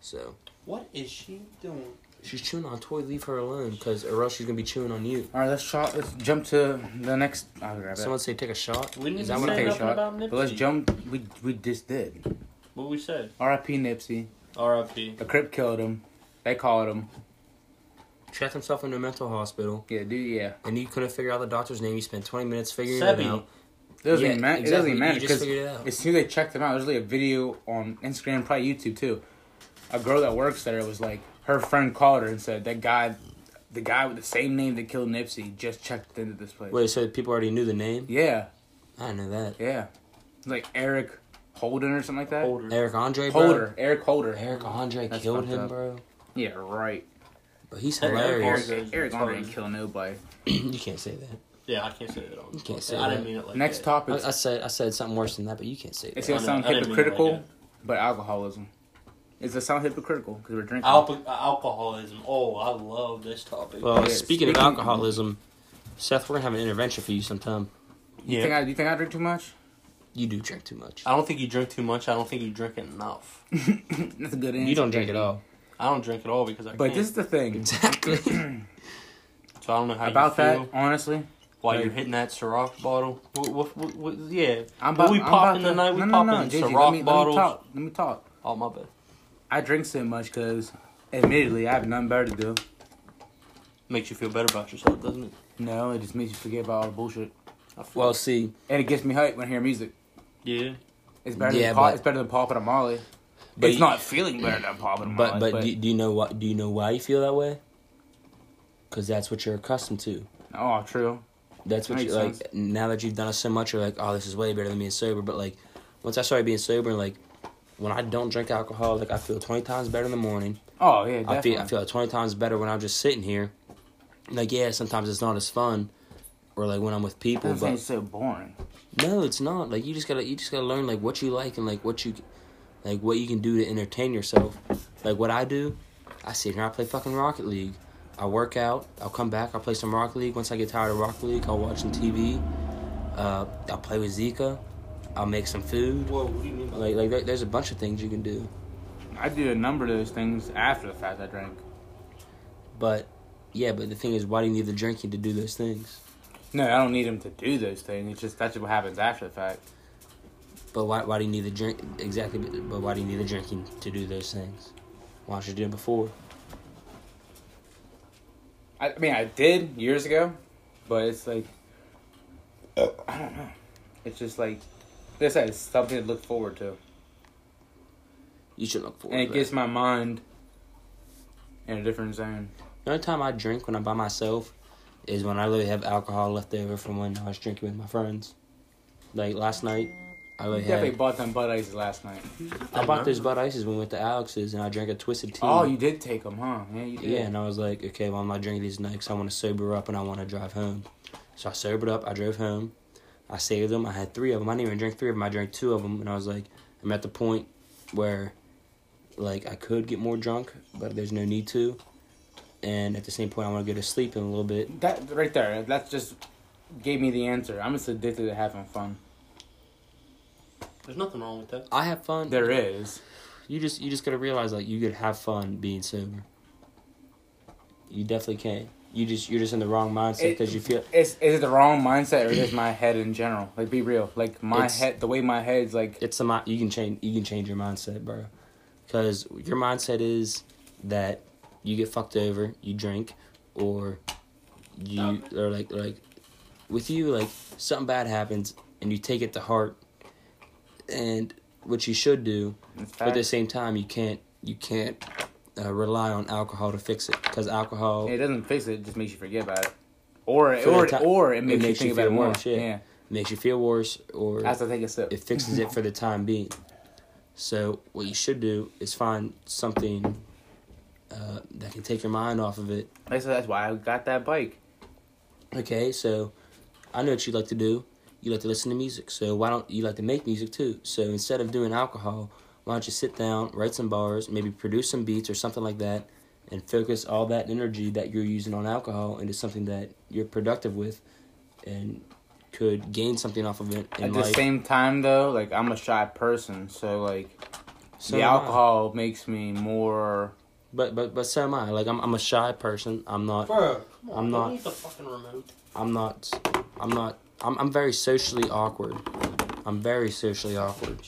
S1: So
S3: what is she doing?
S1: she's chewing on toy. Leave her alone, because or else she's gonna be chewing on you.
S2: All right, let's shot. Let's jump to the next. I'll grab it.
S1: Someone say take a shot.
S3: We need
S1: Is
S3: to
S1: that
S2: I'm
S1: what
S2: gonna
S3: say
S2: take a
S1: I'm?
S2: shot.
S3: nothing about Nipsey.
S2: But let's jump. We we just did.
S3: What we said.
S2: R.I.P. Nipsey.
S3: R.I.P.
S2: The Crip killed him. They called him.
S1: Checked himself into a mental hospital.
S2: Yeah, dude. Yeah.
S1: and you couldn't figure out the doctor's name. You spent 20 minutes figuring
S3: Sebi.
S1: it out.
S2: It doesn't
S1: Yeah,
S2: even matter. It doesn't
S1: exactly.
S2: even
S1: You
S2: matter
S1: just
S2: because
S1: figured it out.
S2: as soon as they checked them out, there's really a video on Instagram, probably YouTube too. A girl that works there was like, her friend called her and said that guy, the guy with the same name that killed Nipsey, just checked into this place.
S1: Wait, so people already knew the name?
S2: Yeah,
S1: I didn't know that.
S2: yeah. It's like Eric Holden or something like that.
S3: Holder.
S1: Eric Andre, bro.
S2: Holder. Eric Holder.
S1: Eric Andre
S2: That's
S1: killed
S2: fucked
S1: him,
S2: up.
S1: bro.
S2: Yeah, right.
S1: But he's
S3: Eric
S1: hilarious.
S3: Andre.
S2: Eric, Eric Holder didn't kill nobody.
S1: you can't say that.
S3: Yeah, I can't say that.
S1: You can't say
S3: I didn't
S1: that.
S3: mean it like
S2: Next
S3: that.
S2: topic.
S1: I, I said I said something worse than that, but you can't say
S2: It's
S1: that.
S2: gonna
S3: I
S2: sound
S3: didn't- I didn't mean it like
S2: hypocritical,
S3: that.
S2: but alcoholism. It's gonna sound hypocritical because we're drinking.
S3: Alp- alcoholism. Oh, I love this topic.
S1: Well,
S2: Yeah,
S1: speaking of
S2: speaking-
S1: alcoholism, Seth, we're gonna have an intervention for you sometime.
S2: you think I, you think I drink too much?
S1: You do drink too much.
S3: I don't think you drink too much. I don't think you drink enough.
S2: That's a good answer.
S1: You don't drink at all.
S3: I don't drink at all because I
S2: But
S3: can't.
S2: this is the thing
S1: Exactly.
S3: so I don't know how
S2: about
S3: you feel
S2: that. Honestly,
S3: while
S2: like-
S3: you're hitting that Ciroc bottle. What, what, what, what, yeah.
S2: I'm
S3: What
S2: about.
S3: we
S2: I'm
S3: popping
S2: about to-
S3: tonight, we
S2: no, no,
S3: popping
S2: no, JJ,
S3: Ciroc
S2: let me,
S3: bottles.
S2: Let me talk. Let me talk.
S3: Oh, my bad.
S2: I drink so much because, admittedly, I have nothing better to do.
S3: Makes you feel better about yourself, doesn't it?
S2: No, it just makes you forget about all the bullshit,
S3: I feel-
S1: well, see,
S2: and it gets me hype when I hear music.
S3: yeah.
S2: It's better.
S1: Yeah,
S2: than pop,
S1: but-
S2: it's better than popping a Molly.
S1: but
S2: it's
S1: you-
S2: not feeling better than popping a Molly.
S1: but but, do, do you know what? Do you know why you feel that way? Because that's what you're accustomed to.
S2: oh, true.
S1: That's what
S2: That
S1: you
S2: makes
S1: like. Now that you've done it so much, you're like, oh, this is way better than being sober. But like, once I started being sober, and like, when I don't drink alcohol, like I feel twenty times better in the morning.
S2: Oh yeah, definitely.
S1: I feel I feel like twenty times better when I'm just sitting here. Like yeah, sometimes it's not as fun, or like when I'm with people.
S2: That
S1: But
S2: thing's so boring.
S1: no, it's not. Like you just gotta you just gotta learn like what you like and like what you, like what you can do to entertain yourself. Like what I do, I sit here I play fucking Rocket League. I work out. I'll come back. I'll play some Rocket League. Once I get tired of Rocket League, I'll watch some TV. Uh, I'll play with Zika. I'll make some food.
S3: Whoa, what do you mean by
S1: Like like there, there's a bunch of things you can do,
S2: I do a number of those things after the fact. I drank.
S1: but yeah. But the thing is, why do you need the drinking to do those things?
S2: No, I don't need them to do those things. It's just that's what happens after the fact.
S1: But why, why do you need the drink exactly? But, but why do you need the drinking to do those things? Why don't you do it before?
S2: I, I mean, I did years ago, but it's like I don't know. It's just like like I said, it's something to look forward to,
S1: You should look forward.
S2: and it
S1: to that.
S2: gets my mind in a different zone.
S1: The only time I drink when I'm by myself is when I literally have alcohol left over from when I was drinking with my friends. Like last night, I
S2: You
S1: literally
S2: definitely
S1: had.
S2: bought them Bud Ices last night.
S1: I bought those Bud Ices when we went to Alex's, and I drank a twisted tea.
S2: Oh, you did take them, huh? Yeah, you did.
S1: Yeah, and I was like, okay, well, I'm not drinking these next. I want to sober up and I want to drive home. So I sobered up. I drove home. I saved them. I had three of them. I didn't even drink three of them. I drank two of them. And I was like, I'm at the point where, like, I could get more drunk, but there's no need to. And at the same point, I want to go to sleep in a little bit.
S2: That right there, that just gave me the answer. I'm just addicted to having fun.
S3: There's nothing wrong with that.
S1: I have fun.
S2: There is.
S1: You just you just gotta realize like you could have fun being sober. You definitely can. You just you're just in the wrong mindset
S2: It-
S1: because you feel
S2: Is is it the wrong mindset or is my head in general? Like, be real. Like my
S1: It's-
S2: head, the way my head's like.
S1: it's the mi- you can change you can change your mindset, bro. Because your mindset is that you get fucked over, you drink, or you or like like with you like something bad happens and you take it to heart, and what you should do, but at the same time you can't you can't uh, rely on alcohol to fix it because alcohol
S2: It doesn't fix it; it just makes you forget about it, or
S1: For the
S2: or,
S1: ti-
S2: or it
S1: it
S2: makes,
S1: makes
S2: you
S1: you
S2: think about it
S1: feel
S2: more.
S1: worse, yeah.
S2: Yeah,
S1: makes you feel worse or
S2: that's the thing. It's
S1: it fixes it for the time being. So what you should do is find something uh, that can take your mind off of it.
S2: that's that's why I got that bike.
S1: Okay, so I know what you like to do. You like to listen to music. So why don't you like to make music too? So instead of doing alcohol, why don't you sit down, write some bars, maybe produce some beats or something like that, and focus all that energy that you're using on alcohol into something that you're productive with, and could gain something off of it in
S2: At the
S1: life.
S2: same time, though, like I'm a shy person, so like
S1: So
S2: the
S1: am I.
S2: alcohol makes me more.
S1: But but but so am I. Like I'm I'm a shy person. I'm not
S5: Bro,
S1: I'm
S3: Don't
S1: not
S3: Need the fucking remote.
S1: I'm not I'm not I'm I'm very socially awkward. I'm very socially awkward.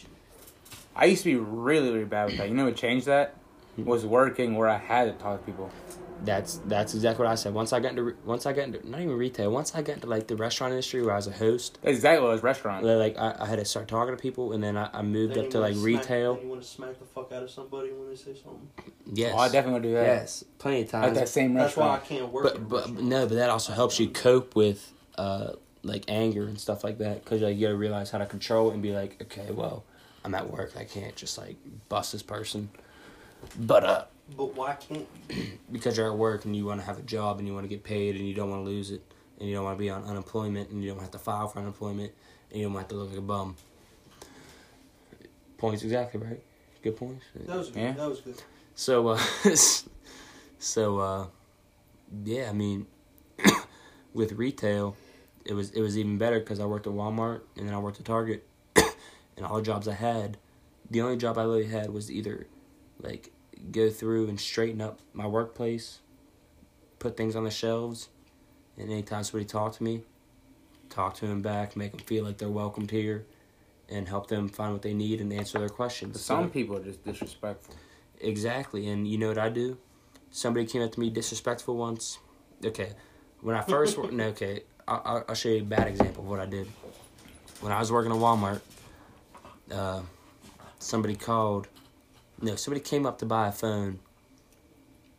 S2: I used to be really, really bad with that. You know what changed that?
S1: Hmm.
S2: Was working where I had to talk to people.
S1: That's that's exactly what I said. Once I got into re- once I got into not even retail. Once I got into like the restaurant industry where I was a host,
S2: That's exactly what I was restaurant.
S1: where, like I, I had to start talking to people, and then I, I moved
S3: Then
S1: up
S3: you
S1: to
S3: wanna
S1: like
S3: smack-
S1: retail.
S3: then You want to smack the fuck out of somebody when they say something.
S1: Yes,
S2: Oh, I definitely would do that.
S1: yes, plenty of
S2: At
S1: times.
S2: that same
S3: That's why I
S2: restaurant.
S3: can't work. in a
S1: but but
S3: restaurant.
S1: no, but that also helps you cope with uh like anger and stuff like that because like you gotta realize how to control it and be like, okay, well, I'm at work, I can't just like bust this person, but uh,
S3: But why can't?
S1: because you're at work and you want to have a job and you want to get paid and you don't want to lose it and you don't want to be on unemployment and you don't have to file for unemployment and you don't have to look like a bum. Points exactly right. Good points.
S3: That was good.
S2: Yeah.
S3: That was good.
S1: So, uh, so, uh, yeah, I mean, with retail, it was it was even better because I worked at Walmart and then I worked at Target, and all the jobs I had, the only job I really had was either, like, go through and straighten up my workplace, put things on the shelves, and anytime somebody talked to me, talk to them back, make them feel like they're welcomed here, and help them find what they need and answer their questions.
S2: But
S1: So-
S2: some people are just disrespectful.
S1: Exactly, and you know what I do? Somebody came up to me disrespectful once. Okay, when I first wor- no, okay, I- I'll, I'll show you a bad example of what I did. When I was working at Walmart, uh, somebody called. No, somebody came up to buy a phone,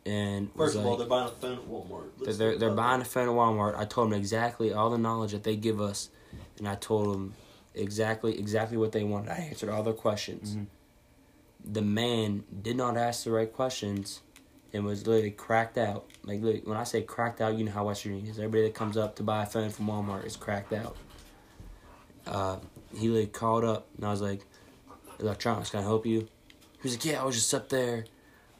S1: and was
S3: First of all,
S1: like-
S3: they're buying a phone at Walmart.
S1: they're,
S3: Let's
S1: they're,
S3: think
S1: they're
S3: about
S1: buying a
S3: that.
S1: phone at Walmart. I told them exactly all the knowledge that they give us, and I told them exactly exactly what they wanted. I answered all their questions.
S2: Mhm.
S3: Mm-hmm.
S1: The man did not ask the right questions, and was literally cracked out. Like literally, when I say cracked out, you know how West Virginia is. Everybody that comes up to buy a phone from Walmart is cracked out. Uh, he like called up, and I was like, "Electronics, can I help you?" He was like, "Yeah, I was just up there."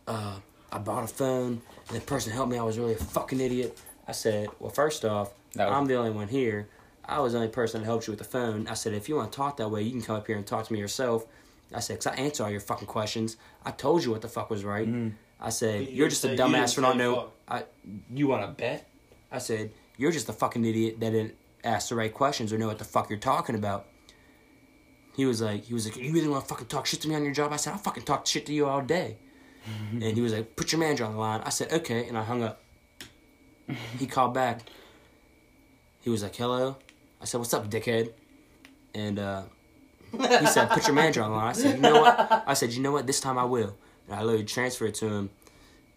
S1: uh, I bought a phone, and the person helped me. I was really a fucking idiot. I said, well, first off,
S2: No.
S1: I'm the only one here. I was the only person that helped you with the phone. I said, if you want to talk that way, you can come up here and talk to me yourself. I said, 'Cause I answer all your fucking questions. I told you what the fuck was right. I said,
S3: But you
S1: you're
S3: didn't
S1: just a
S3: say- you
S1: dumbass
S3: didn't
S1: for not
S3: say
S1: knowing.
S3: fuck.
S1: I, you want to bet? I said, you're just a fucking idiot that didn't ask the right questions or know what the fuck you're talking about. He was like, he was like, you really want to fucking talk shit to me on your job? I said, I'll fucking talk shit to you all day. and he was like, put your manager on the line. I said, okay, and I hung up. He called back. He was like, hello. I said, what's up, dickhead? And uh, he said, put your manager on the line. I said, you know what? I said, you know what? This time I will. And I literally transferred to him.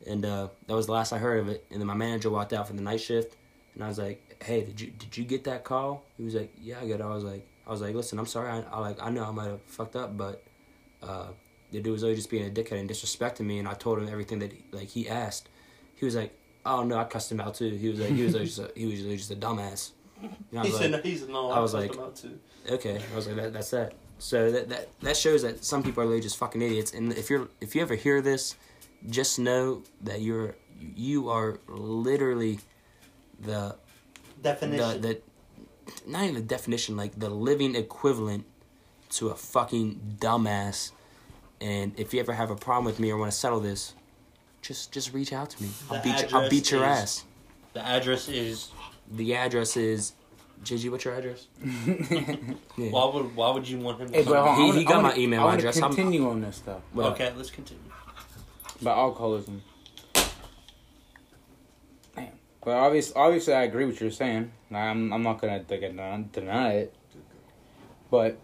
S1: And uh, that was the last I heard of it. And then my manager walked out for the night shift. And I was like, hey, did you did you get that call? He was like, yeah, I got it. I was like, I was like, listen, I'm sorry. I, I like, I know I might have fucked up, but uh, the dude was always just being a dickhead and disrespecting me. And I told him everything that like he asked. He was like, oh no, I cussed him out too. He was like, he was always just a, he was literally just a dumbass. And I
S3: He
S1: was like-
S3: said, "He's no."
S1: I
S3: I
S1: was
S3: was
S1: like-
S3: about to.
S1: Okay, I was like, that, that's that. So that, that that shows that some people are really just fucking idiots. And if you're if you ever hear this, just know that you're you are literally the the,
S3: definition.
S1: the not even the definition, like the living equivalent to a fucking dumbass. And if you ever have a problem with me or want to settle this, just just reach out to me. I'll
S3: The
S1: beat you, I'll
S3: address
S1: beat your
S3: is-
S1: ass.
S3: the address is
S1: The address is Gigi, what's your address? Yeah.
S3: Why would Why would you want him? to
S2: Hey, but
S3: come?
S2: hold on,
S1: He-
S2: I wanna-
S1: he got
S2: I wanna-
S1: my email
S2: I wanna
S1: address. I'm-
S2: Continue on this stuff
S1: Well,
S3: okay, let's continue.
S2: about alcoholism. Damn. But obviously, obviously, I agree with what you're saying. and I'm I'm not gonna dig it, deny it. But